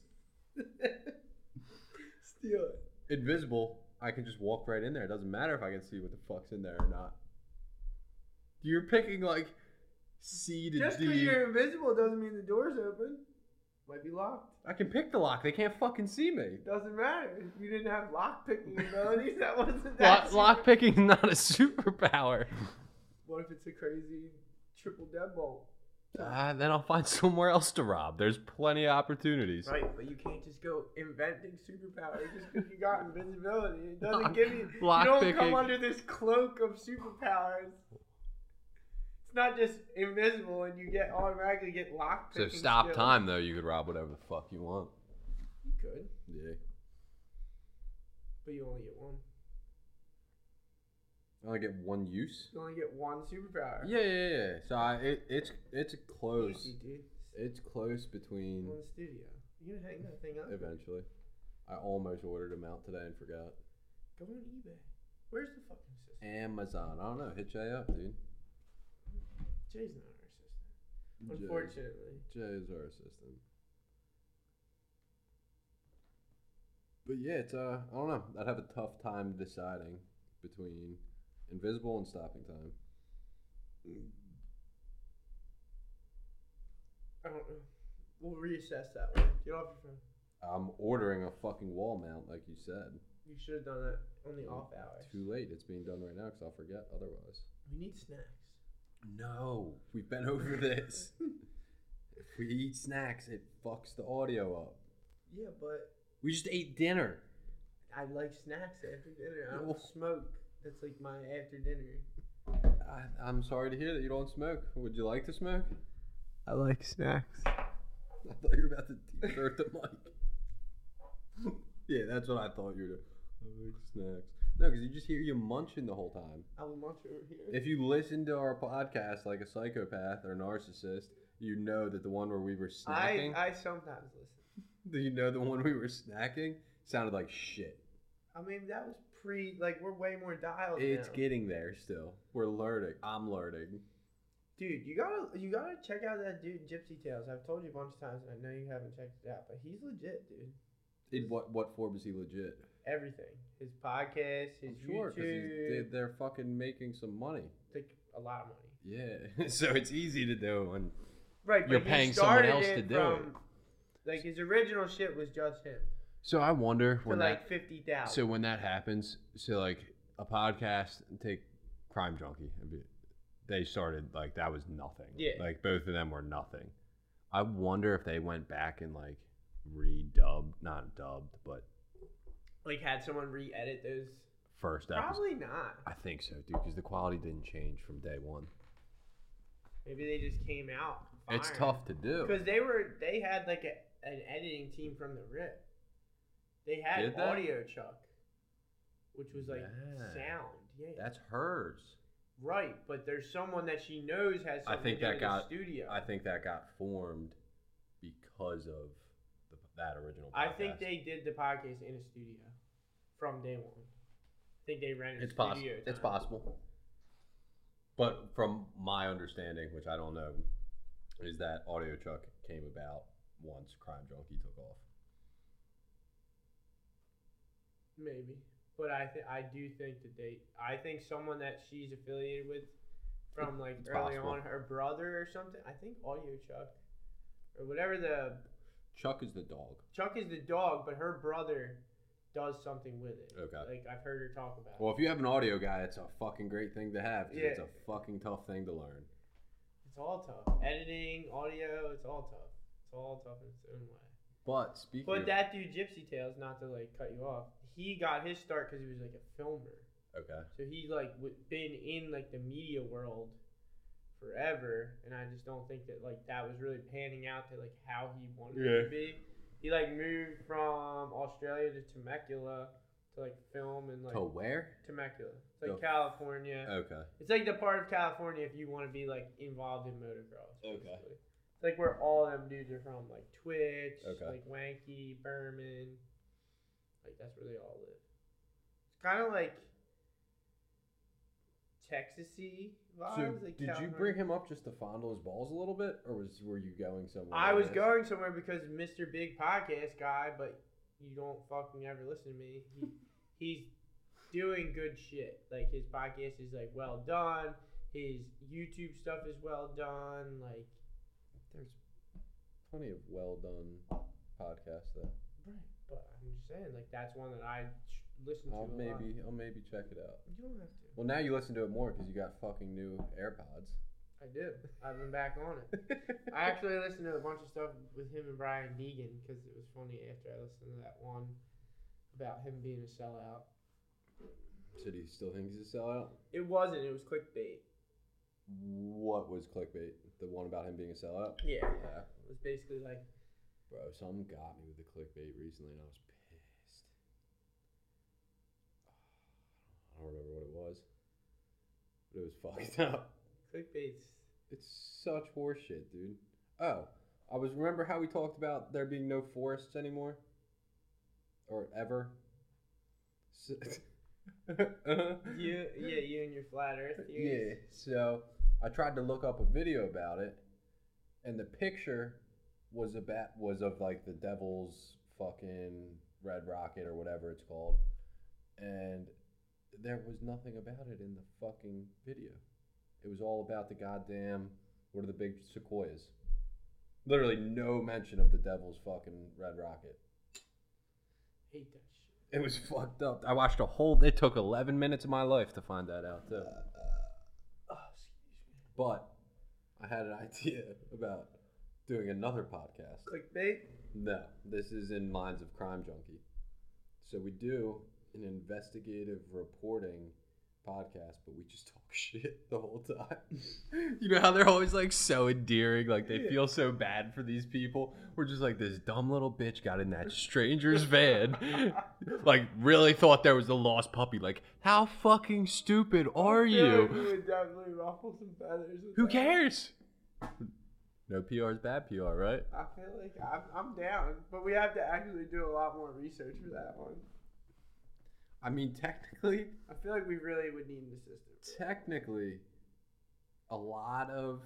A: it. (laughs) Steal it.
B: invisible. I can just walk right in there. It doesn't matter if I can see what the fuck's in there or not. You're picking like C to
A: Just
B: D.
A: because you're invisible doesn't mean the door's open. Might be locked.
B: I can pick the lock. They can't fucking see me.
A: It doesn't matter. You didn't have lock picking abilities. That wasn't
C: Lock,
A: that.
C: lock picking not a (laughs) superpower.
A: (laughs) What if it's a crazy triple deadbolt?
C: Uh, then I'll find somewhere else to rob. There's plenty of opportunities.
A: Right, but you can't just go inventing superpowers just because you
C: (laughs)
A: got invisibility. It doesn't give you.
C: Lock
A: you don't
C: picking.
A: come under this cloak of superpowers. It's not just invisible and you get automatically get locked.
C: So stop time though. You could rob whatever the fuck you want.
A: You could,
B: Yeah.
A: but you only get one.
B: I only get one use.
A: You only get one superpower.
B: Yeah, yeah, yeah. So I, it, it's it's close.
A: Easy, dude.
B: It's close between.
A: One studio. You gonna hang that thing up?
B: Eventually, I almost ordered them out today and forgot.
A: Go on eBay. Where's the fucking system?
B: Amazon. I don't know. Hit Jay up, dude.
A: Jay's not our assistant.
B: Jay-
A: Unfortunately.
B: Jay is our assistant. But yeah, it's uh, I don't know. I'd have a tough time deciding between invisible and stopping time.
A: I don't know. We'll reassess that one. Get off your phone.
B: I'm ordering a fucking wall mount, like you said.
A: You should have done that on the off hours.
B: Too late. It's being done right now because I'll forget otherwise.
A: We need snacks.
B: No, we've been over this. if we eat snacks, it fucks the audio up.
A: Yeah, but
B: We just ate dinner.
A: I like snacks after dinner. I
B: (laughs) No.
A: don't smoke. That's like my after dinner.
B: I, I'm sorry to hear that you don't smoke. Would you like to smoke?
A: I like snacks.
B: I thought you were about to deep throat the mic. yeah, that's what I thought you were doing. I like snacks. No, because you just hear you munching the whole time.
A: I will munch over here.
B: If you listen to our podcast like a psychopath or a narcissist, you know that the one where we were
A: I,
B: snacking,
A: I sometimes listen.
B: do you know the one we were snacking sounded like shit.
A: I mean, that was pre, like, we're way more dialed
B: It's
A: now.
B: getting there still. We're learning. I'm learning.
A: Dude, you gotta you gotta check out that dude Gypsy Tales. I've told you a bunch of times, and I know you haven't checked it out, but he's legit, dude.
B: In what what form is he legit?
A: Everything, his podcast, his
B: I'm sure because
A: YouTube,
B: they're fucking making some money.
A: like a lot of money.
B: Yeah, (laughs) so it's easy to do. And
A: Right,
C: You're
A: but he
C: paying someone
A: started
C: else
A: it
C: to do
A: from- Like his original shit was just him
B: so I wonder
A: for
B: when
A: like fifty
B: that
A: thousand.
B: so when that happens, so like a podcast take Crime Junkie. and be- They started like that was nothing.
A: Yeah.
B: like both of them were nothing. I wonder if they went back and like redubbed, not dubbed, but
A: like had someone re-edit those.
B: first episode.
A: Probably not.
B: I think so, dude, because the quality didn't change from day one.
A: Maybe they just came out.
B: It's tough to do.
A: because they were they had like a, an editing team from the rip. They had
B: Did they?
A: audio chuck, which was like
B: Yeah.
A: sound. Yeah,
B: That's hers.
A: right. But there's someone that she knows has. Something
B: I
A: to
B: think
A: do
B: that
A: with
B: got-
A: the studio.
B: I think that got formed because of the, that original.
A: I think
B: podcast.
A: they did the podcast in a studio from day one. I think they rented.
B: It's
A: a
B: possible.
A: studio
B: It's
A: time.
B: possible. But from my understanding, which I don't know, is that Audio Chuck came about once Crime Junkie took off.
A: Maybe, but I th- I do think that they. I think someone that she's affiliated with from like
B: It's
A: early
B: possible.
A: on, her brother or something. I think Audio Chuck or whatever the
B: Chuck is the dog.
A: Chuck is the dog, but her brother does something with it.
B: Okay.
A: like I've heard her talk about.
B: Well, if you have an audio guy, it's a fucking great thing to have. 'cause It's
A: Yeah.
B: a fucking tough thing to learn.
A: it. It's all tough. Editing, audio, it's all tough. It's all tough in its own way.
B: But speaking
A: But
B: of,
A: that dude Gypsy Tales, not to like cut you off, he got his start because he was like a filmer.
B: okay,
A: So he's like w- been in like the media world forever, and I just don't think that like that was really panning out to like how he wanted it
B: Yeah.
A: to be. He like moved from Australia to Temecula to like film and like
B: to where?
A: Temecula, it's like
B: No.
A: California.
B: Okay,
A: It's like the part of California if you want to be like involved in motocross.
B: Okay.
A: basically. It's like where all them dudes are from, like Twitch,
B: Okay.
A: like Wanky, Berman. Like that's where they all live. It's kind of like Texasy vibes.
B: so
A: like
B: did you
A: California.
B: bring him up just to fondle his balls a little bit, or was were you going somewhere?
A: I was
B: else?
A: going somewhere because Mr. Big Podcast guy, but you don't fucking ever listen to me.
B: (laughs)
A: He, he's doing good shit. Like his podcast is like well done. His YouTube stuff is well done. Like,
B: There's plenty of well done podcasts that
A: right, but I'm just saying, like, that's one that I sh- listen to. a
B: I'll
A: lot.
B: maybe I'll maybe check it out.
A: You don't have to.
B: Well, now you listen to it more because you got fucking new
A: (laughs)
B: AirPods.
A: I do. I've been back on it. I actually listened to a bunch of stuff with him and Brian Deegan because it was funny after I listened to that one about him being a sellout.
B: so do you still think he's a sellout?
A: It wasn't. It was clickbait.
B: What was clickbait? The one about him being a sellout?
A: Yeah.
B: Yeah,
A: It was basically like,
B: bro. Something got me with the clickbait recently, and I was pissed. (sighs) I don't remember what it was, but it was (laughs) fucked up.
A: clickbait's.
B: It's such horseshit, dude. Oh, I was remember how we talked about there being no forests anymore, or ever. S- (laughs) Uh-huh.
A: You, yeah, you and your flat earth
B: yeah.
A: theories.
B: So I tried to look up a video about it, and the picture was about was of like the devil's fucking red rocket or whatever it's called, and there was nothing about it in the fucking video. It was all about the goddamn what are the big sequoias. Literally no mention of the devil's fucking red rocket.
A: Hate that shit.
B: It was (laughs) fucked up.
C: I watched a whole. It took 11 minutes of my life to find that out too.
A: Oh, excuse
B: But I had an (laughs) idea about doing another podcast.
A: me. Clickbait?
B: No, this is in lines of Crime Junkie. So we do an investigative reporting podcast, but we just (laughs) talk shit the whole time.
C: (laughs) You know how they're always like so endearing, like they
B: Yeah.
C: feel so bad for these people. We're just like this dumb little bitch got in that stranger's van,
B: (laughs)
C: like really thought there was a lost puppy. Like, how fucking stupid are
A: I feel like
C: you?
A: We would definitely ruffle some feathers. with
C: Who
A: that.
C: cares? No PR is bad PR, right?
A: I feel like I'm, I'm down, but we have to actually do a lot more research for that one.
B: I mean, technically,
A: I feel like we really would need an assistant.
B: technically, a lot of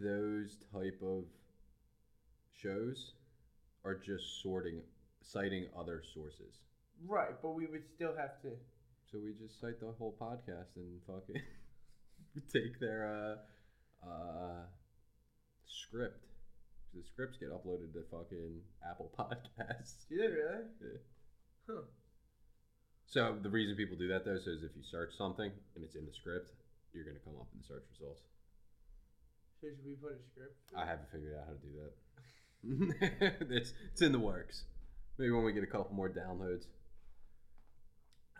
B: those type of shows are just sorting, citing other sources.
A: Right, but we would still have to.
B: So we just cite the whole podcast and fucking (laughs) take their uh, uh, script. The scripts get uploaded to fucking Apple (laughs) Podcasts.
A: Do they really?
B: Yeah.
A: Huh.
B: So the reason people do that though so is if you search something and it's in the script, you're gonna come up in the search results.
A: So should we put a script?
B: I haven't figured out how to do that. (laughs) it's it's in the works. Maybe when we get a couple more downloads.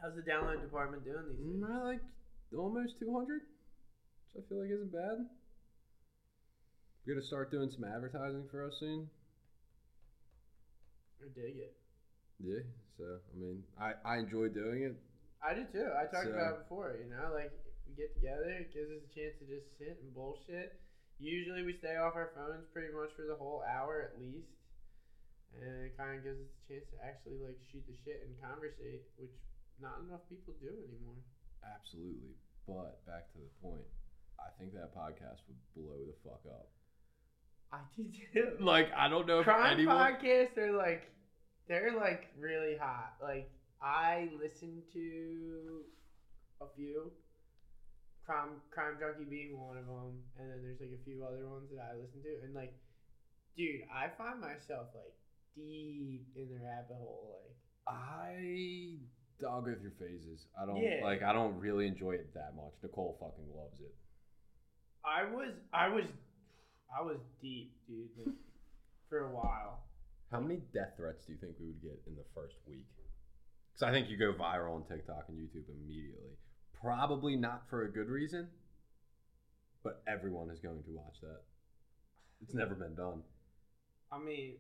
A: How's the download department doing these days?
B: Mm, I like almost 200, which I feel like isn't bad. We're gonna start doing some advertising for us soon.
A: I dig it.
B: Yeah. So I mean, I I enjoy doing it.
A: I do too. I talked
B: So-
A: about it before. You know, like we get together, it gives us a chance to just sit and bullshit. Usually, we stay off our phones pretty much for the whole hour at least, and it kind of gives us a chance to actually like shoot the shit and conversate, which not enough people do anymore.
B: Absolutely. But back to the point, I think that podcast would blow the fuck up.
A: I do too. (laughs)
C: Like, I don't know if
A: crime
C: anyone.
A: podcasts are like they're like really hot like i listen to a few crime crime junkie being one of them and then there's like a few other ones that i listen to and like dude i find myself like deep in the rabbit hole like
B: I I'll go through phases. I don't
A: Yeah.
B: like. I don't really enjoy it that much. Nicole fucking loves it.
A: i was i was i was deep dude like, for a while
B: How many death threats do you think we would get in the first week? Because I think you go viral on TikTok and YouTube immediately. Probably not for a good reason, but everyone is going to watch that. It's never been done.
A: i mean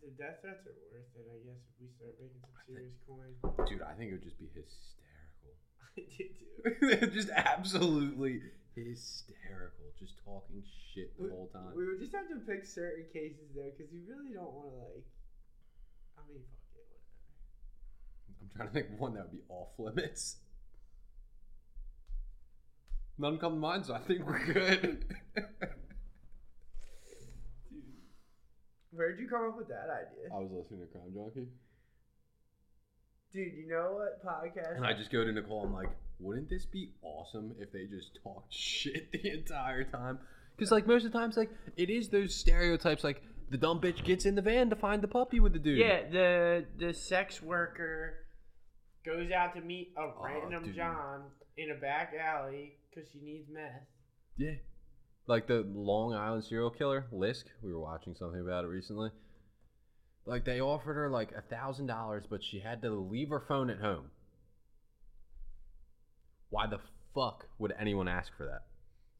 A: the death threats are worth it i guess if we start making some serious coin
B: Dude, I think it would just be hysterical. (laughs)
A: (laughs) i did too
B: just absolutely hysterical. Just talking shit the
A: We-
B: whole time.
A: We would just have to pick certain cases though, because you really don't want to like. I mean, fuck it, whatever.
B: I'm trying to think of one that would be off limits. None come to mind, so I think we're good. (laughs)
A: Dude, where'd you come up with that idea,
C: Uh,
B: I was listening to Crime Junkie.
A: dude? You know what podcast?
B: And I just go to Nicole, I'm like, wouldn't this be awesome if they just talked shit the entire time?
C: Because like most of the times, like it is those stereotypes. Like the dumb bitch gets in the van to find the puppy with the dude.
A: Yeah, the the sex worker goes out to meet a random
C: Oh, dude.
A: John in a back alley because she needs meth.
C: Yeah. Like the Long Island serial killer, Lisk. We were watching something about it recently. Like they offered her like a thousand dollars, but she had to leave her phone at home. Why the fuck would anyone ask for that?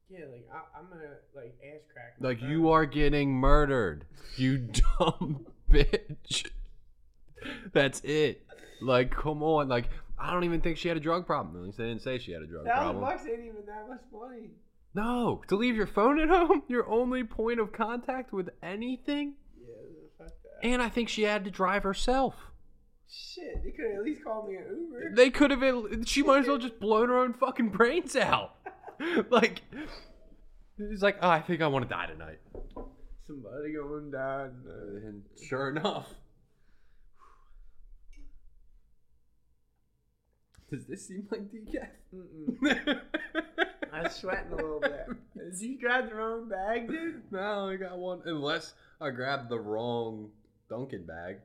A: Yeah, like I, I'm gonna like ass crack. my
C: Like
A: phone.
C: you are getting murdered, you (laughs) dumb bitch. That's it. Like, come on. Like, I don't even think she had a drug problem. At least they didn't say she had a drug
A: Thousand
C: problem.
A: bucks ain't even that much money.
C: No, to leave your phone at home, (laughs) your only point of contact with anything.
A: Yeah, fuck that.
C: And I think she had to drive herself.
A: Shit, they could at least call me an Uber.
C: They could have. at- She might as well just blown her own fucking brains out. (laughs) Like, it's like, oh, I think I want to die tonight.
A: Somebody going down. uh,
B: And sure enough, does this seem like decaf?
A: Mm-mm.
B: (laughs)
A: I'm sweating a little bit. Did you grab the wrong bag, dude?
B: (laughs) No, I got one. Unless I grabbed the wrong Dunkin' bag,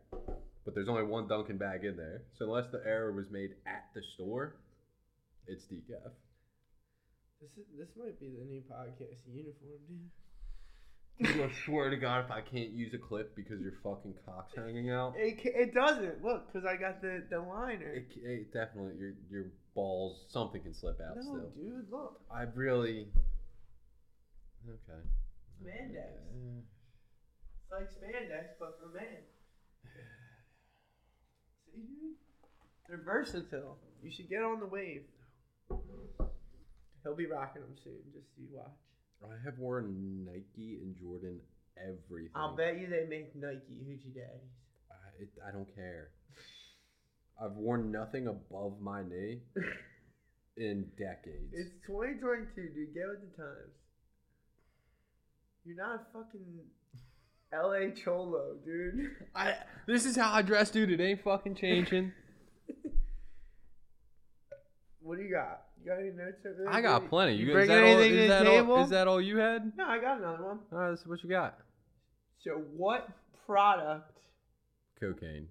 B: but there's only one Dunkin' bag in there. So unless the error was made at the store, it's
A: (laughs)
B: decaf.
A: This is, this might be the new podcast uniform, dude.
B: I swear to God, if I can't use a clip because your fucking cock's hanging out,
A: It, ca- it doesn't look because I got the the liner.
B: it, it definitely your your balls something can slip out
A: No,
B: still.
A: dude, look.
B: I really. Okay.
A: Spandex. It's like spandex, but for men. (sighs) See, dude? They're versatile. You should get on the wave. He'll be rocking them soon. Just you watch.
B: I have worn Nike and Jordan everything.
A: I'll bet you they make Nike hoochie daddies.
B: I, it, I don't care. I've worn nothing above my
A: (laughs)
B: knee in decades.
A: It's 2022, dude. Get with the times. You're not a fucking LA Cholo, dude. (laughs)
C: I, this is how I dress, dude. It ain't fucking
B: (laughs)
C: changing.
A: What do you got? You got any notes over there?
C: I got
A: dude?
C: plenty.
A: You
C: You, is,
A: bringing
C: that all,
A: anything to
C: is,
A: the
C: that all,
A: table?
C: is that all you had?
A: No, I got another one.
C: All right, this is what you got.
A: So, what product? (laughs)
C: Cocaine.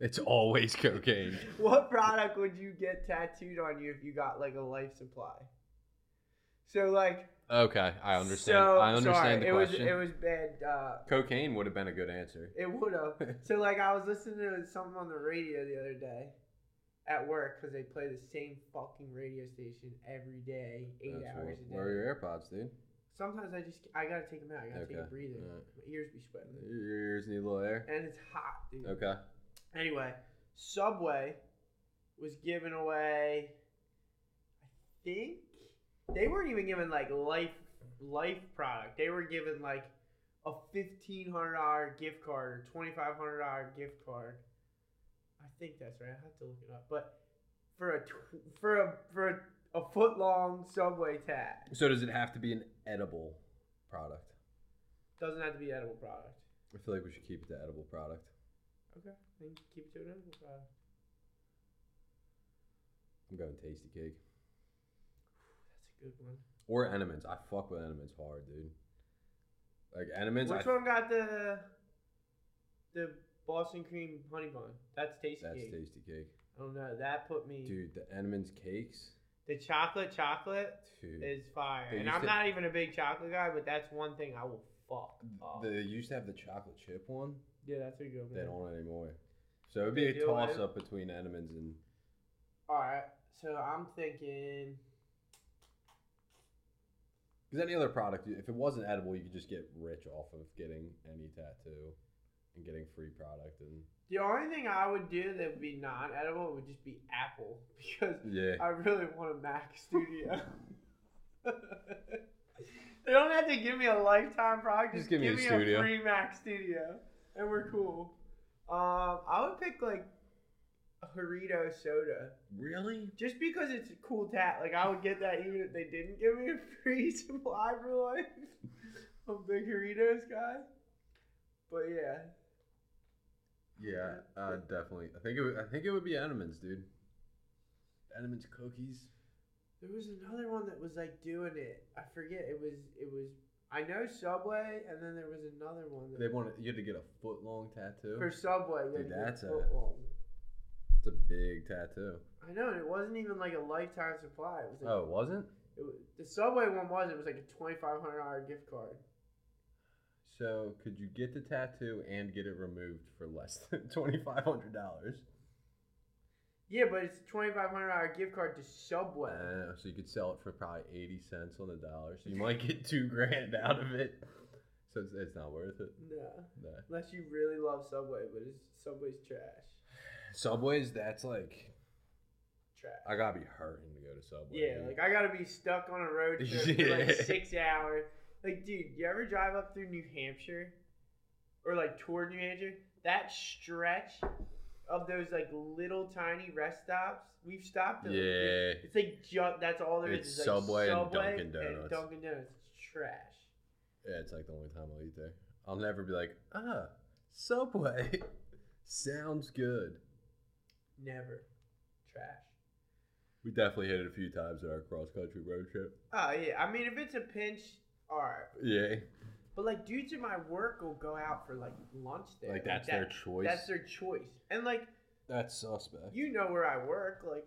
C: It's always cocaine.
A: What product would you get tattooed on you if you got like a life supply? So, like,
C: Okay, I understand.
A: So,
C: I understand
A: sorry,
C: the
A: it
C: question.
A: was it was bad. Uh,
B: Cocaine would have been a good answer.
A: It would
B: (laughs)
A: have. so like I was listening to something on the radio the other day at work because they play the same fucking radio station every day, eight
B: That's
A: hours
B: what-
A: a day.
B: Where are your AirPods, dude?
A: Sometimes I just I gotta take them out. I gotta take a
B: Okay.
A: breather.
B: Alright.
A: My ears be sweating,
B: Your ears need a little air.
A: and it's hot, dude.
B: Okay.
A: Anyway, Subway was giving away. I think they weren't even giving like life life product. They were giving like a fifteen hundred dollar gift card or twenty five hundred dollar gift card. I think that's right. I have to look it up, but for a tw- for a for a, a foot long Subway tag
B: So does it have to be an edible product?
A: doesn't have to be edible product.
B: I feel like we should keep it to edible product.
A: Okay, then keep it to an edible product.
B: I'm going tasty cake
A: That's a good one.
B: or Enemans. I fuck with Enemans hard, dude. Like Enemans,
A: Which
B: I,
A: one got the the Boston cream honey bun? That's tasty
B: that's
A: cake.
B: tasty cake,
A: I don't know. That put me.
B: dude. The Enemans cakes,
A: The chocolate chocolate
B: dude.
A: is fire,
B: They
A: and
B: used
A: I'm
B: to-
A: not even a big chocolate guy, but that's one thing I will fuck. up.
B: They used to have the chocolate chip one.
A: yeah, that's a good
B: They
A: one.
B: don't anymore. So it'd be
A: They
B: a
A: do, right?
B: toss up between Enemans and
A: All right, so I'm thinking.
B: because any other product, if it wasn't edible, you could just get rich off of getting any tattoo and getting free product and
A: The only thing I would do that would be non-edible would just be apple (laughs) because
B: yeah.
A: I really want a Mac Studio. (laughs) they don't have to give me a lifetime product. Just, give me, a,
B: studio.
A: free Mac Studio, and we're cool. Um, I would pick like a Harito soda
B: Really?
A: just because it's a cool tat. Like I would get that even if they didn't give me a free (laughs) supply for life. I'm a big Haritos guy, but yeah,
B: Yeah, uh, definitely. I think it. Would, I think it would be Enemans, dude.
C: Edmonds cookies.
A: There was another one that was like doing it. I forget. It was it was. I know Subway, and then there was another one. That
C: They wanted you had to get a foot long tattoo.
A: for Subway. you
C: Dude,
A: had to get
C: that's a-
A: foot long.
C: It's a big tattoo.
A: I know, and it wasn't even like a lifetime supply. It was like
C: Oh, it wasn't.
A: it was, the Subway one was. It was like a twenty five hundred dollar gift card.
C: So could you get the tattoo and get it removed for less than (laughs) twenty five hundred dollars?
A: Yeah, but it's a twenty five hundred dollar gift card to Subway.
C: Uh, so you could sell it for probably eighty cents on the dollar. So you might get two (laughs) grand out of it. So it's, it's not worth it.
A: no,
C: No.
A: unless you really love Subway, but it's, Subway's trash.
C: Subways, that's like
A: Trash.
C: I gotta be hurting to go to Subway.
A: Yeah,
C: dude.
A: like I gotta be stuck on a road trip for
C: (laughs)
A: like
C: Yeah.
A: six hours. Like, dude, you ever drive up through New Hampshire or like toward New Hampshire? That stretch of those like little tiny rest stops, we've stopped. At them.
C: Yeah.
A: it's like ju- that's all there is.
C: It's
A: is,
C: Subway
A: like,
C: and Dunkin' Donuts.
A: Dunkin' Donuts, it's trash.
C: Yeah, it's like the only time I'll eat there. I'll never be like, ah, Subway. (laughs) Sounds good.
A: Never, trash.
C: We definitely hit it a few times on our cross country road trip.
A: Oh yeah, I mean if it's a pinch, all right.
C: Yeah.
A: But like dudes at my work will go out for like lunch there.
C: Like that's their
A: that-
C: choice.
A: That's their choice. And like
C: That's suspect.
A: you know where I work, like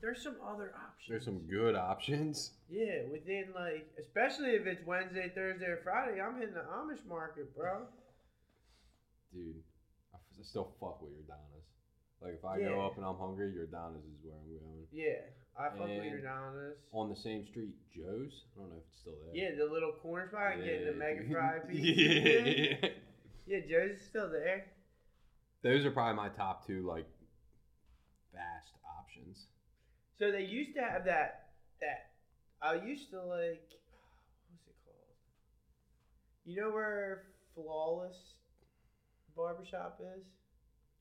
A: there's some other options.
C: There's some good options.
A: Yeah, within like especially if it's Wednesday, Thursday, or Friday, I'm hitting the Amish market, bro.
B: Dude, I f- I still fuck with your Donnas. Like, if I go
A: Yeah.
B: up and I'm hungry, your Donnas is where I'm going.
A: Yeah. I fuck with
B: And-
A: your Donnas.
B: On the same street, Joe's. I don't know if it's still there.
A: Yeah, the little corner spot I can get the mega
B: dude. (laughs)
A: fry piece.
B: yeah.
A: Yeah, Joe's is still there.
B: Those are probably my top two, like, fast options.
A: So they used to have that that I used to like what was it called? You know where Flawless Barbershop is?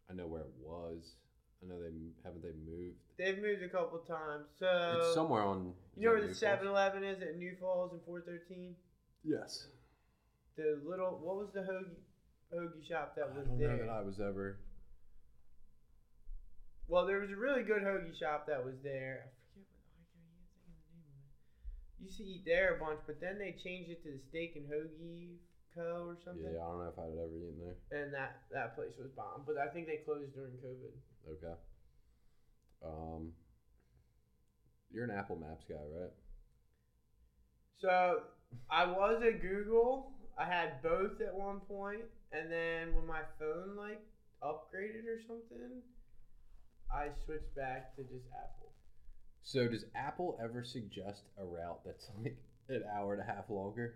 B: I know where it was. I know they haven't they moved.
A: They've moved a couple times. So
B: it's somewhere on.
A: Uh, You know where the
B: is it
A: 7
B: New Falls?
A: Eleven is at New Falls and 413?
B: Yes.
A: The little, what was the hoagie, hoagie shop that
B: I
A: was
B: don't know
A: there?
B: that I was ever.
A: Well, there was a really good hoagie shop that was there. I forget what, I can't even think of the name of it. You used to eat there a bunch, but then they changed it to the Steak and Hoagie Co. or something.
B: Yeah, I don't know if I'd ever eaten there.
A: And that, that place was bomb. But I think they closed during COVID.
B: Okay. Um, you're an Apple Maps guy, right?
A: So I was at Google. I had both at one point, and then when my phone like upgraded or something, I switched back to just Apple.
B: So does Apple ever suggest a route that's like an hour and a half longer?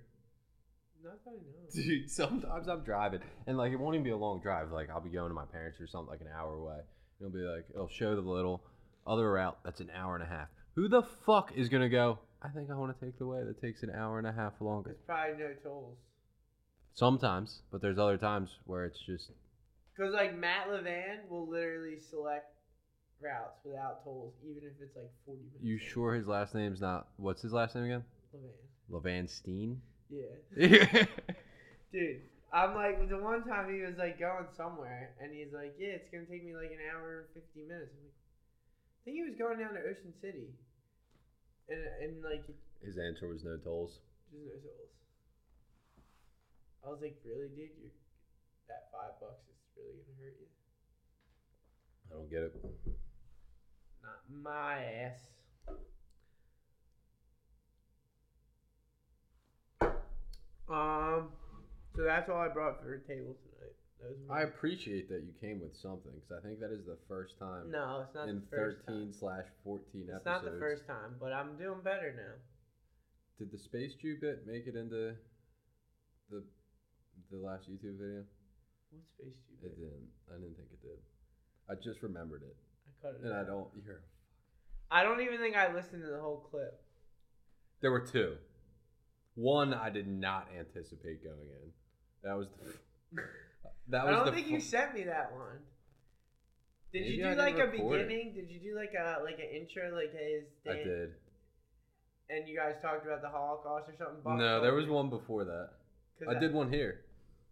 A: Not that I know.
B: (laughs) Dude, sometimes I'm driving and like it won't even be a long drive. Like I'll be going to my parents or something like an hour away. It'll be like it'll show the little other route that's an hour and a half. Who the fuck is gonna go? I think I want to take the way that takes an hour and a half longer.
A: There's probably no tolls.
B: Sometimes, but there's other times where it's just
A: Cause like Matt Levan will literally select routes without tolls, even if it's like forty minutes.
B: you sure his last name's not what's his last name again?
A: Levan?
B: Levan Steen. (laughs)
A: Yeah.
B: Dude,
A: Dude, I'm like the one time he was like going somewhere, and he's like, "Yeah, it's gonna take me like an hour and fifty minutes." I'm like, I think he was going down to Ocean City, and and like it
C: His answer was no tolls.
A: just no souls. I was like, "Really, dude? You're that five bucks is really gonna hurt you?"
C: I don't get it.
A: Not my ass. Um, so that's all I brought for the table tonight. That was my-
C: I appreciate that you came with something because I think that is the first time
A: no, it's not
C: in
A: the first time.
C: thirteen slash fourteen
A: It's
C: episodes.
A: not the first time, but I'm doing better now.
C: Did the space Jew bit make it into the the last YouTube video?
A: What space do you
C: It didn't. I didn't think it did. I just remembered it,
A: I cut it.
C: and I
A: out.
C: don't. You're.
A: I don't even think I listened to the whole clip.
C: There were two. One I did not anticipate going in. That was the.
A: (laughs)
C: That
A: I
C: was
A: don't
C: the
A: think
C: fu-
A: you sent me that one. Did
C: Maybe
A: you
C: I
A: do
C: didn't
A: like a
C: record it.
A: beginning? Did you do like a like an intro, like hey, is
C: I
A: Dan,
C: did.
A: and you guys talked about the Holocaust or something? Bob
C: No, there
A: told
C: was
A: me.
C: one before that.
A: 'Cause
C: I did one here.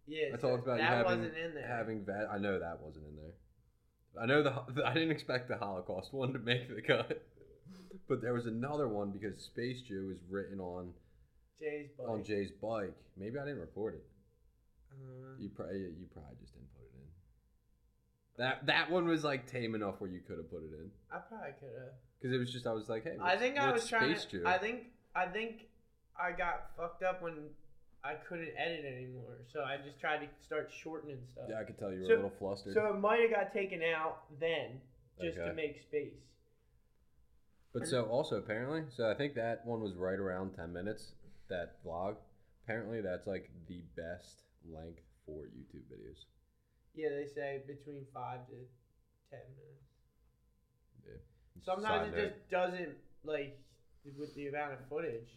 A: Yeah,
C: I
A: so
C: talked about you
A: that
C: having
A: wasn't in there.
C: having va- I know that wasn't in there.
B: I know the (laughs) I didn't expect the Holocaust one to make the cut, but there was another one because Space Jew is written on
A: Jay's buddy.
B: on Jay's bike. Maybe I didn't record it.
A: Uh,
B: You probably you probably just didn't put it in. That that one was like tame enough where you could have put it in
A: I probably could have.
B: because it was just I was like, hey,
A: I
B: what's-
A: think I
B: what's
A: was trying
B: Space
A: to.
B: Jew?
A: I think I think I got fucked up when I couldn't edit anymore, so I just tried to start shortening stuff.
B: yeah, I could tell you were
A: So-
B: a little flustered.
A: So it might have got taken out then, just
B: Okay.
A: to make space.
B: But so also apparently, so I think that one was right around ten minutes. That vlog, apparently, that's like the best length for YouTube videos.
A: Yeah, they say between five to ten minutes.
B: Side
A: Sometimes
B: note.
A: it just doesn't like with the amount of footage.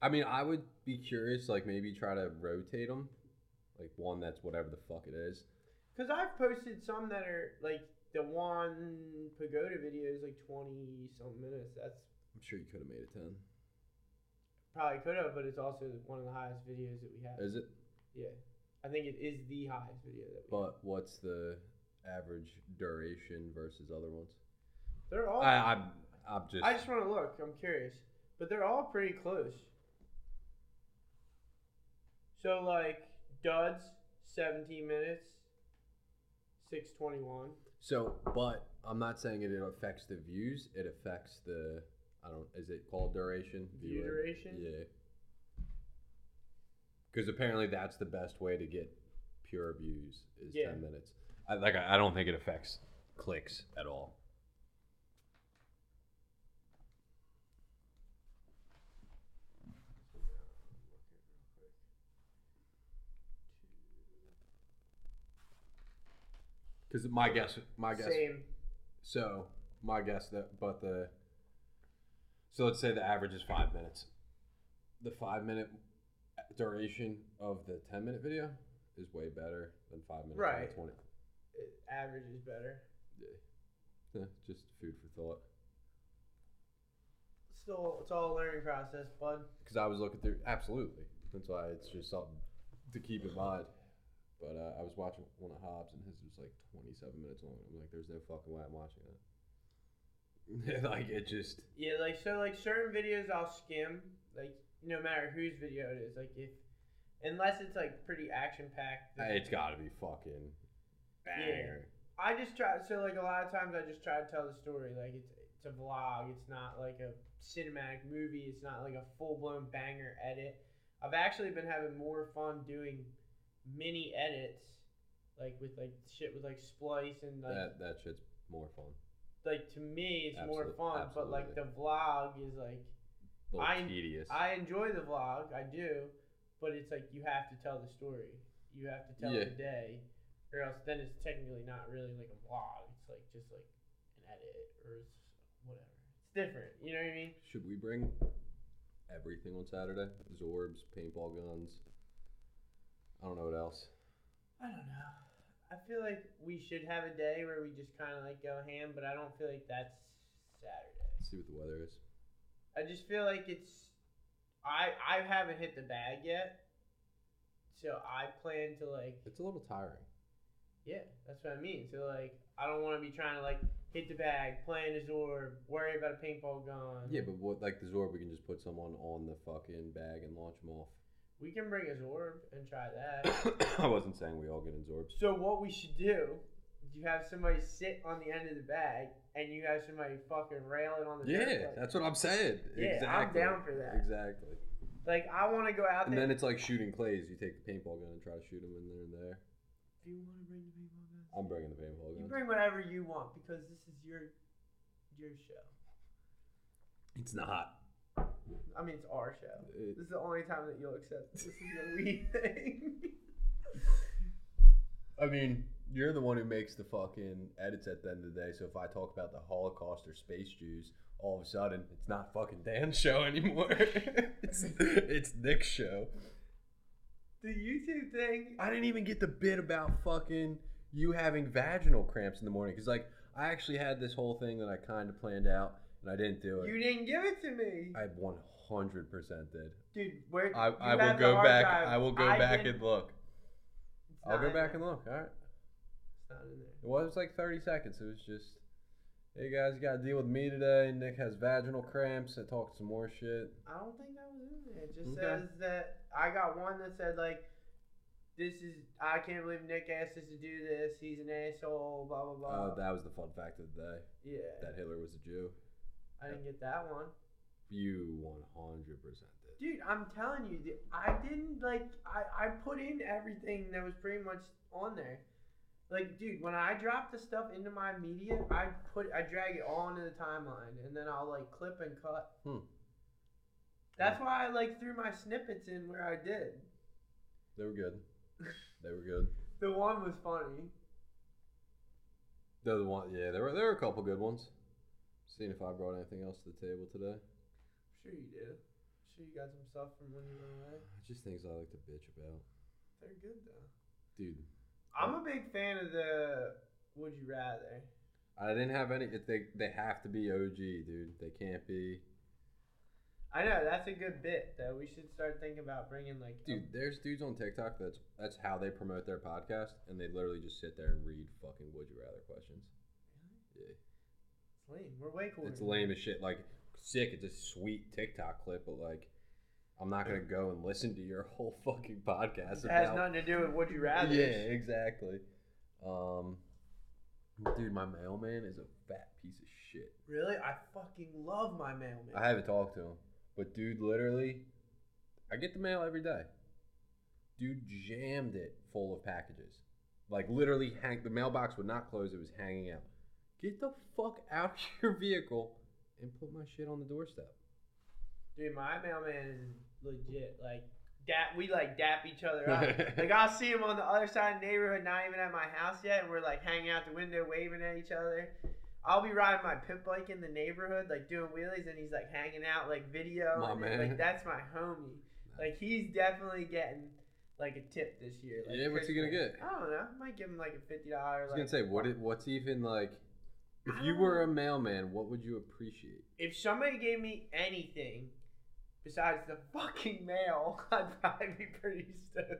B: I mean, I would be curious, like maybe try to rotate them, like one that's whatever the fuck it is.
A: Cause I've posted some that are like the one pagoda video is like twenty some minutes. That's
B: I'm sure you could have made it ten.
A: probably could have, but it's also one of the highest videos that we have.
B: Is it?
A: Yeah, I think it is the highest video that we. have.
B: But what's the average duration versus other ones?
A: They're all.
B: I,
A: I,
B: I'm, I'm just.
A: just want to look. I'm curious, but they're all pretty close. So like duds, seventeen minutes, six twenty one.
B: So, but I'm not saying it affects the views. It affects the I don't. Is it called duration?
A: View
B: Viewer?
A: duration?
B: Yeah. Because apparently that's the best way to get pure views is
A: Yeah.
B: ten minutes. I, like I, I don't think it affects clicks at all. Because my guess, my guess,
A: Same.
B: so my guess that, but the, so let's say the average is five minutes. The five minute duration of the ten minute video is way better than five minutes. on the
A: Right.
B: Twenty.
A: It- Average is better.
B: Yeah, just food for thought.
A: Still, it's all a learning process, bud.
B: Because I was looking through, absolutely. That's why it's just something to keep in mind. But uh, I was watching one of Hobbs, and his was like 27 minutes long. I'm like, there's no fucking way I'm watching (laughs) that. like it just
A: Yeah, like so, like certain videos I'll skim, like no matter whose video it is, like if unless it's like pretty action packed.
B: It's got to be fucking banger.
A: I just try. So like a lot of times, I just try to tell the story. Like it's it's a vlog. It's not like a cinematic movie. It's not like a full blown banger edit. I've actually been having more fun doing mini edits, like with like shit with like splice and like
B: That that shit's more fun.
A: like to me it's
B: Absolute-
A: more fun. But like the
B: absolutely.
A: vlog is like
B: A little
A: I-
B: tedious.
A: I enjoy the vlog, I do, but it's like you have to tell the story. You have to tell
B: Yeah.
A: the day, or else then it's technically not really like a vlog. It's like just like an edit or it's whatever. It's different. You know what I mean?
B: Should we bring everything on Saturday? Zorbs, paintball guns. I don't know what else.
A: I don't know. I feel like we should have a day where we just kind of like go ham, but I don't feel like that's Saturday.
B: See what the weather is.
A: I just feel like it's I I haven't hit the bag yet. So I plan to like
B: It's a little tiring.
A: Yeah, that's what I mean. So like, I don't want to be trying to like hit the bag, playing his orb, worry about a paintball gun.
B: Yeah, but what like the Zorb, we can just put someone on the fucking bag and launch them off.
A: we can bring his orb and try that.
B: (coughs) I wasn't saying we all get in Zorbs.
A: so what we should do? is You have somebody sit on the end of the bag, and you have somebody fucking railing on the
B: Yeah,
A: dirt.
B: that's what I'm saying.
A: Yeah, I'm
B: exactly.
A: down for that.
B: Exactly.
A: like I want to go out
B: And
A: there.
B: then it's like shooting clays. You take the paintball gun and try to shoot them in there and there.
A: if you want to bring the paintball gun,
B: I'm bringing the paintball
A: you
B: gun.
A: bring whatever you want because this is your your show.
B: it's not.
A: I mean, it's our show.
B: It-
A: This is the only time that you'll accept this is
B: (laughs)
A: your weed thing.
B: I mean, you're the one who makes the fucking edits at the end of the day. So if I talk about the Holocaust or space Jews, all of a sudden it's not fucking Dan's show (laughs) anymore. it's it's Nick's show.
A: the YouTube thing.
B: I didn't even get the bit about fucking you having vaginal cramps in the morning because like I actually had this whole thing that I kind of planned out and I didn't do it.
A: You didn't give it to me,
B: I 100 percent did.
A: dude. Where
B: I,
A: you
B: I
A: have
B: will
A: the
B: go
A: hard
B: back.
A: drive.
B: I will go
A: I
B: back
A: did-
B: and look.
A: It's
B: I'll
A: not
B: go
A: in
B: back
A: there.
B: and look. All right.
A: It's not in there.
B: It was like 30 seconds. It was just, hey guys, you got to deal with me today. Nick has vaginal cramps. I talked some more shit.
A: I don't think that was in there. It just
B: Okay.
A: says that I got one that said like, "This is I can't believe Nick asked us to do this. He's an asshole." Blah blah blah.
B: Uh, that was the fun fact of the day
A: yeah,
B: that Hitler was a Jew.
A: I didn't get that one,
D: You 100% did.
A: dude. I'm telling you, the- I didn't like. I I put in everything that was pretty much on there. Like, dude, when I drop the stuff into my media, I put I drag it all into the timeline, and then I'll like clip and cut.
B: Hmm.
A: That's why I like threw my snippets in where I did.
B: They
A: (laughs)
B: were good. They were good.
A: The one was funny.
B: The other one, yeah, there were there were a couple good ones. Seeing if I brought anything else to the table today.
A: Sure you do. Sure you got some stuff from when you went away.
B: Just things I like to bitch about,
A: They're good though.
B: dude.
A: I'm a big fan of the Would You Rather.
B: I didn't have any. It, they they have to be OG, dude. They can't be,
A: I know that's a good bit though. We should start thinking about bringing like a-
B: dude. There's dudes on TikTok that's that's how they promote their podcast, and they literally just sit there and read fucking would you rather questions. Yeah.
A: It's lame. We're way cooler.
B: It's
A: than
B: lame as shit. Like, sick. It's a sweet TikTok clip, but like, I'm not gonna go and listen to your (laughs) whole fucking
A: that.
B: podcast.
A: It has nothing
B: about-
A: to do with Would You Rather.
B: Yeah, exactly. Um, dude, my mailman is a fat piece of shit.
A: Really? I fucking love my mailman.
B: I haven't talked to him, but dude, literally, I get the mail every day. Dude jammed it full of packages. Like literally, hang the mailbox would not close. It was hanging out. Get the fuck out of (laughs) your vehicle and put my shit on the doorstep.
A: Dude, my mailman is legit. Like dap, we like dap each other
B: (laughs)
A: up. like I'll see him on the other side of the neighborhood, not even at my house yet, and we're like hanging out the window, waving at each other. I'll be riding my pit bike in the neighborhood, like doing wheelies, and he's like hanging out, like video.
B: My
A: and,
B: man.
A: Like that's my homie. Like he's definitely getting like a tip this year. Like,
B: Yeah, what's he gonna
A: Christmas.
B: get?
A: I don't know. I might give him like a fifty
B: I
A: dollars.
B: was gonna say, what? It, what's even like? If
A: I
B: you
A: don't
B: were a mailman, what would you appreciate?
A: if somebody gave me anything besides the fucking mail, (laughs) I'd probably be pretty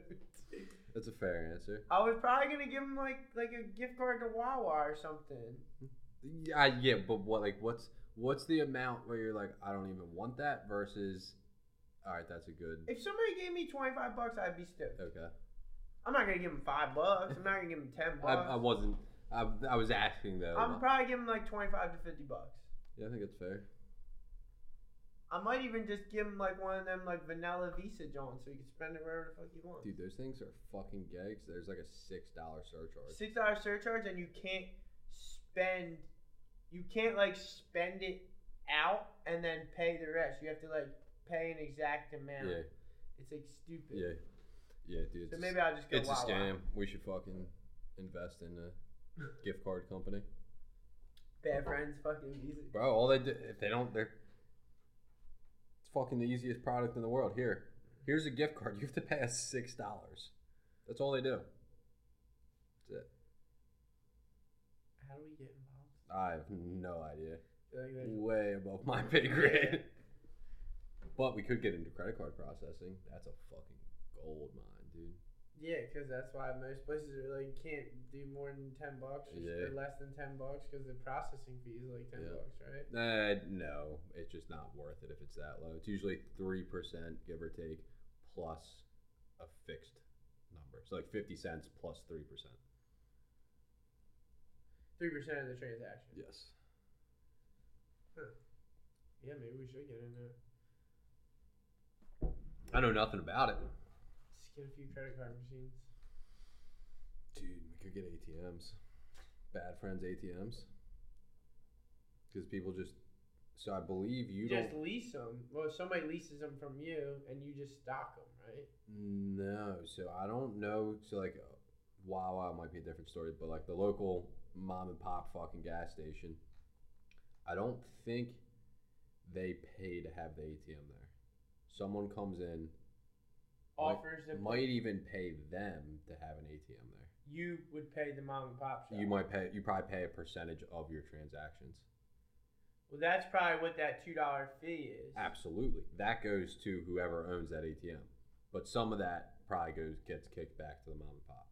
A: stoked.
B: That's a fair answer.
A: I was probably gonna give him like like a gift card to Wawa or something.
B: Yeah, I- yeah, but what like what's what's the amount where you're like I don't even want that versus all right, that's a good
A: If somebody gave me twenty five bucks, I'd be stoked.
B: okay.
A: I'm not gonna give him five bucks. I'm not gonna give him ten
B: I,
A: bucks.
B: I wasn't I, I was asking though.
A: I'm probably giving him like twenty five to fifty bucks.
B: yeah, I think it's fair.
A: I might even just give him like one of them like vanilla Visa Johns so you can spend it wherever the fuck you want.
B: Dude, those things are fucking gigs. There's like a six dollar surcharge.
A: Six dollar surcharge and you can't spend. You can't like spend it out and then pay the rest. You have to like pay an exact amount.
B: Yeah,
A: It's like stupid.
B: yeah, yeah, dude. It's,
A: So
B: a-
A: maybe I'll just go.
B: it's a
A: Wawa.
B: scam. We should fucking invest in a gift card company,
A: Bad friends, fucking Visa.
B: bro. All they do if they don't, they're it's fucking the easiest product in the world. Here, here's a gift card. (laughs) You have to pay us six dollars. That's all they do. That's it.
A: How do we get involved?
B: I have no
A: I
B: idea.
A: feel like there's-
B: Way above my pay grade. (laughs) but we could get into credit card processing. That's a fucking gold mine, dude.
A: Yeah, because that's why most places are like can't do more than ten bucks or, or
B: Yeah.
A: less than ten bucks because the processing fee is like ten
B: Yeah.
A: bucks, right?
B: Uh, no, it's just not worth it if it's that low. It's usually three percent, give or take, plus a fixed number. So like fifty cents plus three percent.
A: Three percent of the transaction.
B: Yes.
A: Yeah, maybe we should get in there.
B: I know nothing about it,
A: Just get a few credit card machines.
B: dude. We could get ATMs, bad friends ATMs, because people just. So I believe you
A: You
B: don't.
A: just lease them. Well, somebody leases them from you, and you just stock them, right?
B: No, so I don't know. So like, Wawa might be a different story, but like the local mom and pop fucking gas station, I don't think they pay to have the ATM there. Someone comes in, Might-
A: Offers them.
B: might even pay them to have an ATM there.
A: You would pay the mom and pop shop.
B: You might pay. You probably pay a percentage of your transactions.
A: Well, that's probably what that two dollar fee is.
B: Absolutely, that goes to whoever owns that ATM. But some of that probably goes gets kicked back to the mom and pop.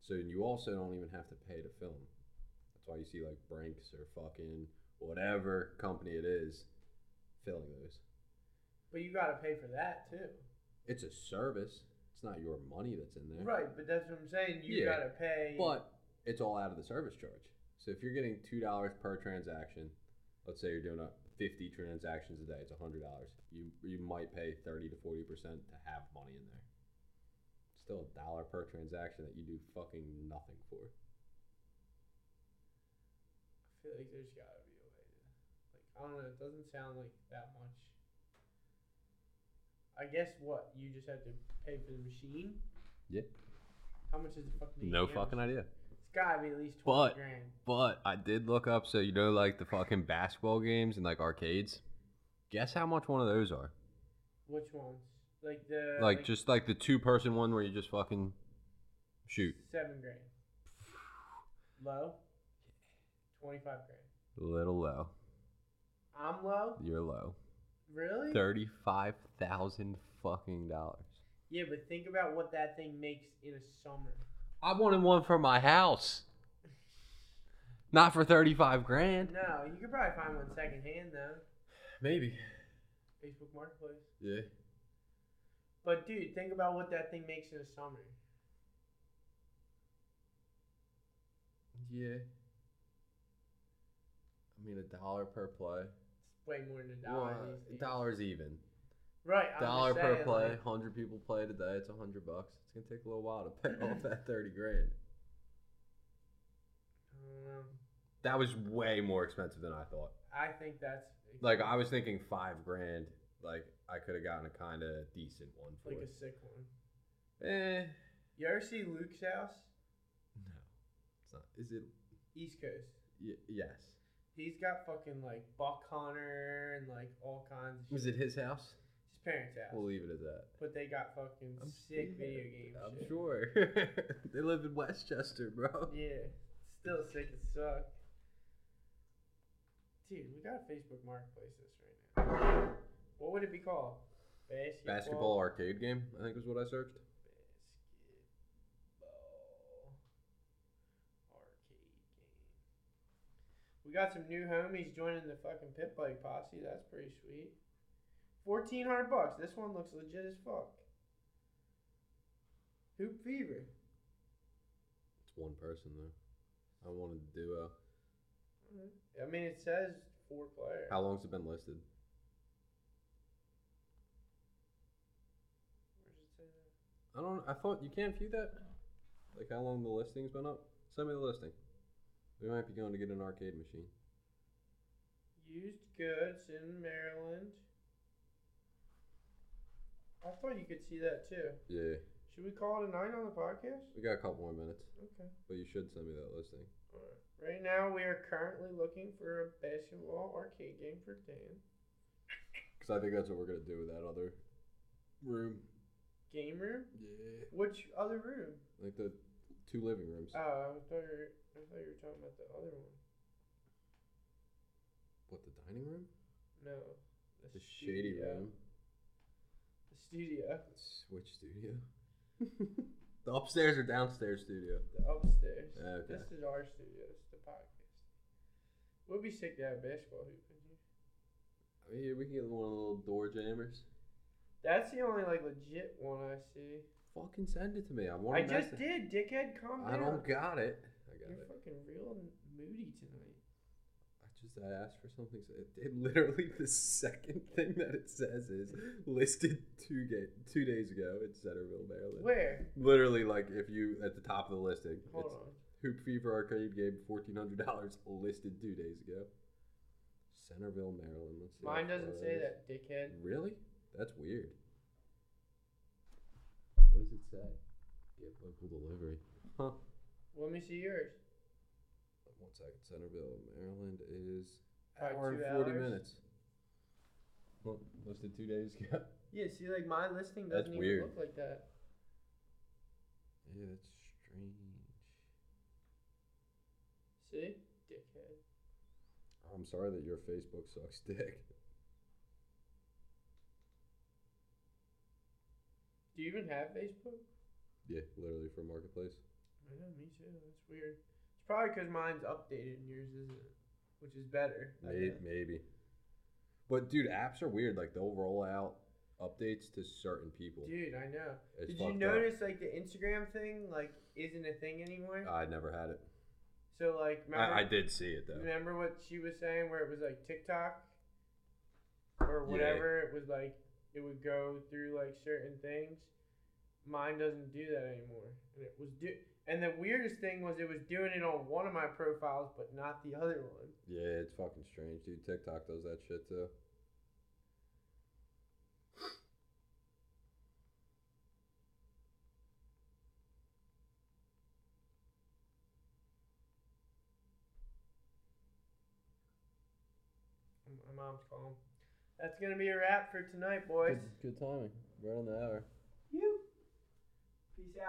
B: So you also don't even have to pay to film. That's why you see like Brinks or fucking whatever company it is filming those.
A: But you gotta pay for that too.
B: It's a service. It's not your money that's in there.
A: Right, but that's what I'm saying. You
B: Yeah,
A: gotta pay.
B: But it's all out of the service charge. So if you're getting two dollars per transaction, let's say you're doing a fifty transactions a day, it's hundred dollars. You you might pay thirty to forty percent to have money in there. Still a dollar per transaction that you do fucking nothing for.
A: I feel like there's gotta be a way to. Like, I don't know. It doesn't sound like that much. I guess what you just have to pay for the machine.
B: Yeah.
A: How much is the fucking?
B: No
A: ATM?
B: fucking idea.
A: It's gotta be at least twenty
B: But-
A: grand.
B: But I did look up so you know like the fucking basketball games and like arcades. Guess how much one of those are?
A: Which ones? Like the
B: Like just like the two person one where you just fucking shoot.
A: seven grand. Low. Twenty five grand.
B: A little low.
A: I'm low.
B: You're low.
A: Really?
B: Thirty-five thousand fucking dollars.
A: Yeah, but think about what that thing makes in a summer.
B: I wanted one for my house, not for thirty-five grand.
A: No, you could probably find one secondhand though.
B: Maybe.
A: Facebook Marketplace.
B: Yeah.
A: But dude, think about what that thing makes in a summer.
B: Yeah. I mean, a dollar per play.
A: It's way more than a dollar.
B: Well,
A: these days.
B: dollars even.
A: Right. I'm
B: dollar
A: just
B: per
A: saying,
B: play.
A: like,
B: Hundred people play today. It's a hundred bucks. It's gonna take a little while to pay
A: (laughs)
B: off that thirty grand.
A: I don't know.
B: That was way more expensive than I thought.
A: um, I think that's
B: Like I was thinking five grand. Like I could have gotten a kind of decent one for
A: like
B: it.
A: a sick one.
B: Eh.
A: You ever see Luke's house?
B: No, it's not. Is it?
A: East Coast.
B: Y- yes.
A: He's got fucking like Buck Hunter and like all kinds of shit.
B: Was it his house?
A: His parents' house.
B: We'll leave it at that.
A: but they got fucking
B: I'm
A: sick
B: yeah,
A: video game
B: I'm
A: shit.
B: sure. (laughs) they live in Westchester,
A: (laughs)
B: bro.
A: Yeah. Still sick as fuck. Dude, we got a Facebook marketplace this right now. What would it be called? Basketball.
B: Basketball arcade game, I think is what I searched.
A: Basketball arcade game. We got some new homies joining the fucking pit bike posse. That's pretty sweet. Fourteen hundred bucks. This one looks legit as fuck. Hoop fever.
B: It's one person though. I wanted to do a.
A: I mean, it says four player.
B: How long's it been listed?
A: Where's it say that?
B: I don't. I thought you can't view that. Like how long the listing's been up? Send me the listing. We might be going to get an arcade machine.
A: Used goods in Maryland. I thought you could see that too.
B: Yeah,
A: Should we call it a night on the podcast?
B: we got a couple more minutes,
A: Okay.
B: but you should send me that listing.
A: Alright. Right now, we are currently looking for a basketball arcade game for Dan.
B: Because I think that's what we're gonna do with that other room.
A: Game room?
B: Yeah.
A: Which other room?
B: Like the two living rooms.
A: Oh, I thought you were, I thought you were talking about the other one.
B: what the dining room?
A: No.
B: The shady
A: studio.
B: room.
A: The studio.
B: Switch studio. (laughs) the upstairs or downstairs studio.
A: The upstairs.
B: Oh, Okay.
A: This is our studio. It's the podcast. It would be sick to have a basketball hoop in here.
B: I mean, yeah, we can get one of the little door jammers.
A: That's the only like legit one I see.
B: Fucking send it to me. I want.
A: I
B: a
A: just
B: message.
A: did, dickhead. Calm
B: I
A: down.
B: don't got it. I got
A: You're
B: it.
A: fucking real moody tonight.
B: I just I asked for something. So it, it (laughs) literally the second thing that it says is listed two ga- two days ago in Centerville, Maryland.
A: Where?
B: Literally, like if you at the top of the listing,
A: Hold
B: it's
A: on.
B: Hoop Fever arcade game, fourteen hundred dollars, listed two days ago. Centerville, Maryland. Let's see how
A: Mine
B: far
A: doesn't say
B: is.
A: that, dickhead.
B: Really? That's weird. What does it say? Get local delivery. Huh?
A: Let me see yours.
B: One second. Centerville, Maryland is
A: Probably
B: hour and
A: two
B: forty
A: hours?
B: minutes. Well, listed two days ago. (laughs)
A: Yeah, see, like my listing
B: That's
A: doesn't even
B: weird.
A: look like that.
B: yeah, that's strange.
A: See, dickhead.
B: I'm sorry that your Facebook sucks dick. (laughs)
A: Do you even have Facebook?
B: Yeah, literally for marketplace.
A: I know me too. That's weird. It's probably because mine's updated and yours isn't, which is better. I
B: Maybe,
A: guess.
B: maybe. But dude, apps are weird. Like they'll roll out updates to certain people.
A: Dude, I know.
B: It's
A: Did you
B: fucked
A: notice like the Instagram thing like isn't a thing anymore?
B: Up. I never had it.
A: so like remember,
B: Uh, I, I did see it though.
A: remember what she was saying where it was like TikTok or
B: Yeah.
A: whatever it was like it would go through like certain things. Mine doesn't do that anymore. And it was do and the weirdest thing was it was doing it on one of my profiles but not the other one.
B: Yeah, it's fucking strange, dude. TikTok does that shit too.
A: My mom's calling. That's gonna be a wrap for tonight, boys.
B: good timing. Right on the hour.
A: You. Peace out.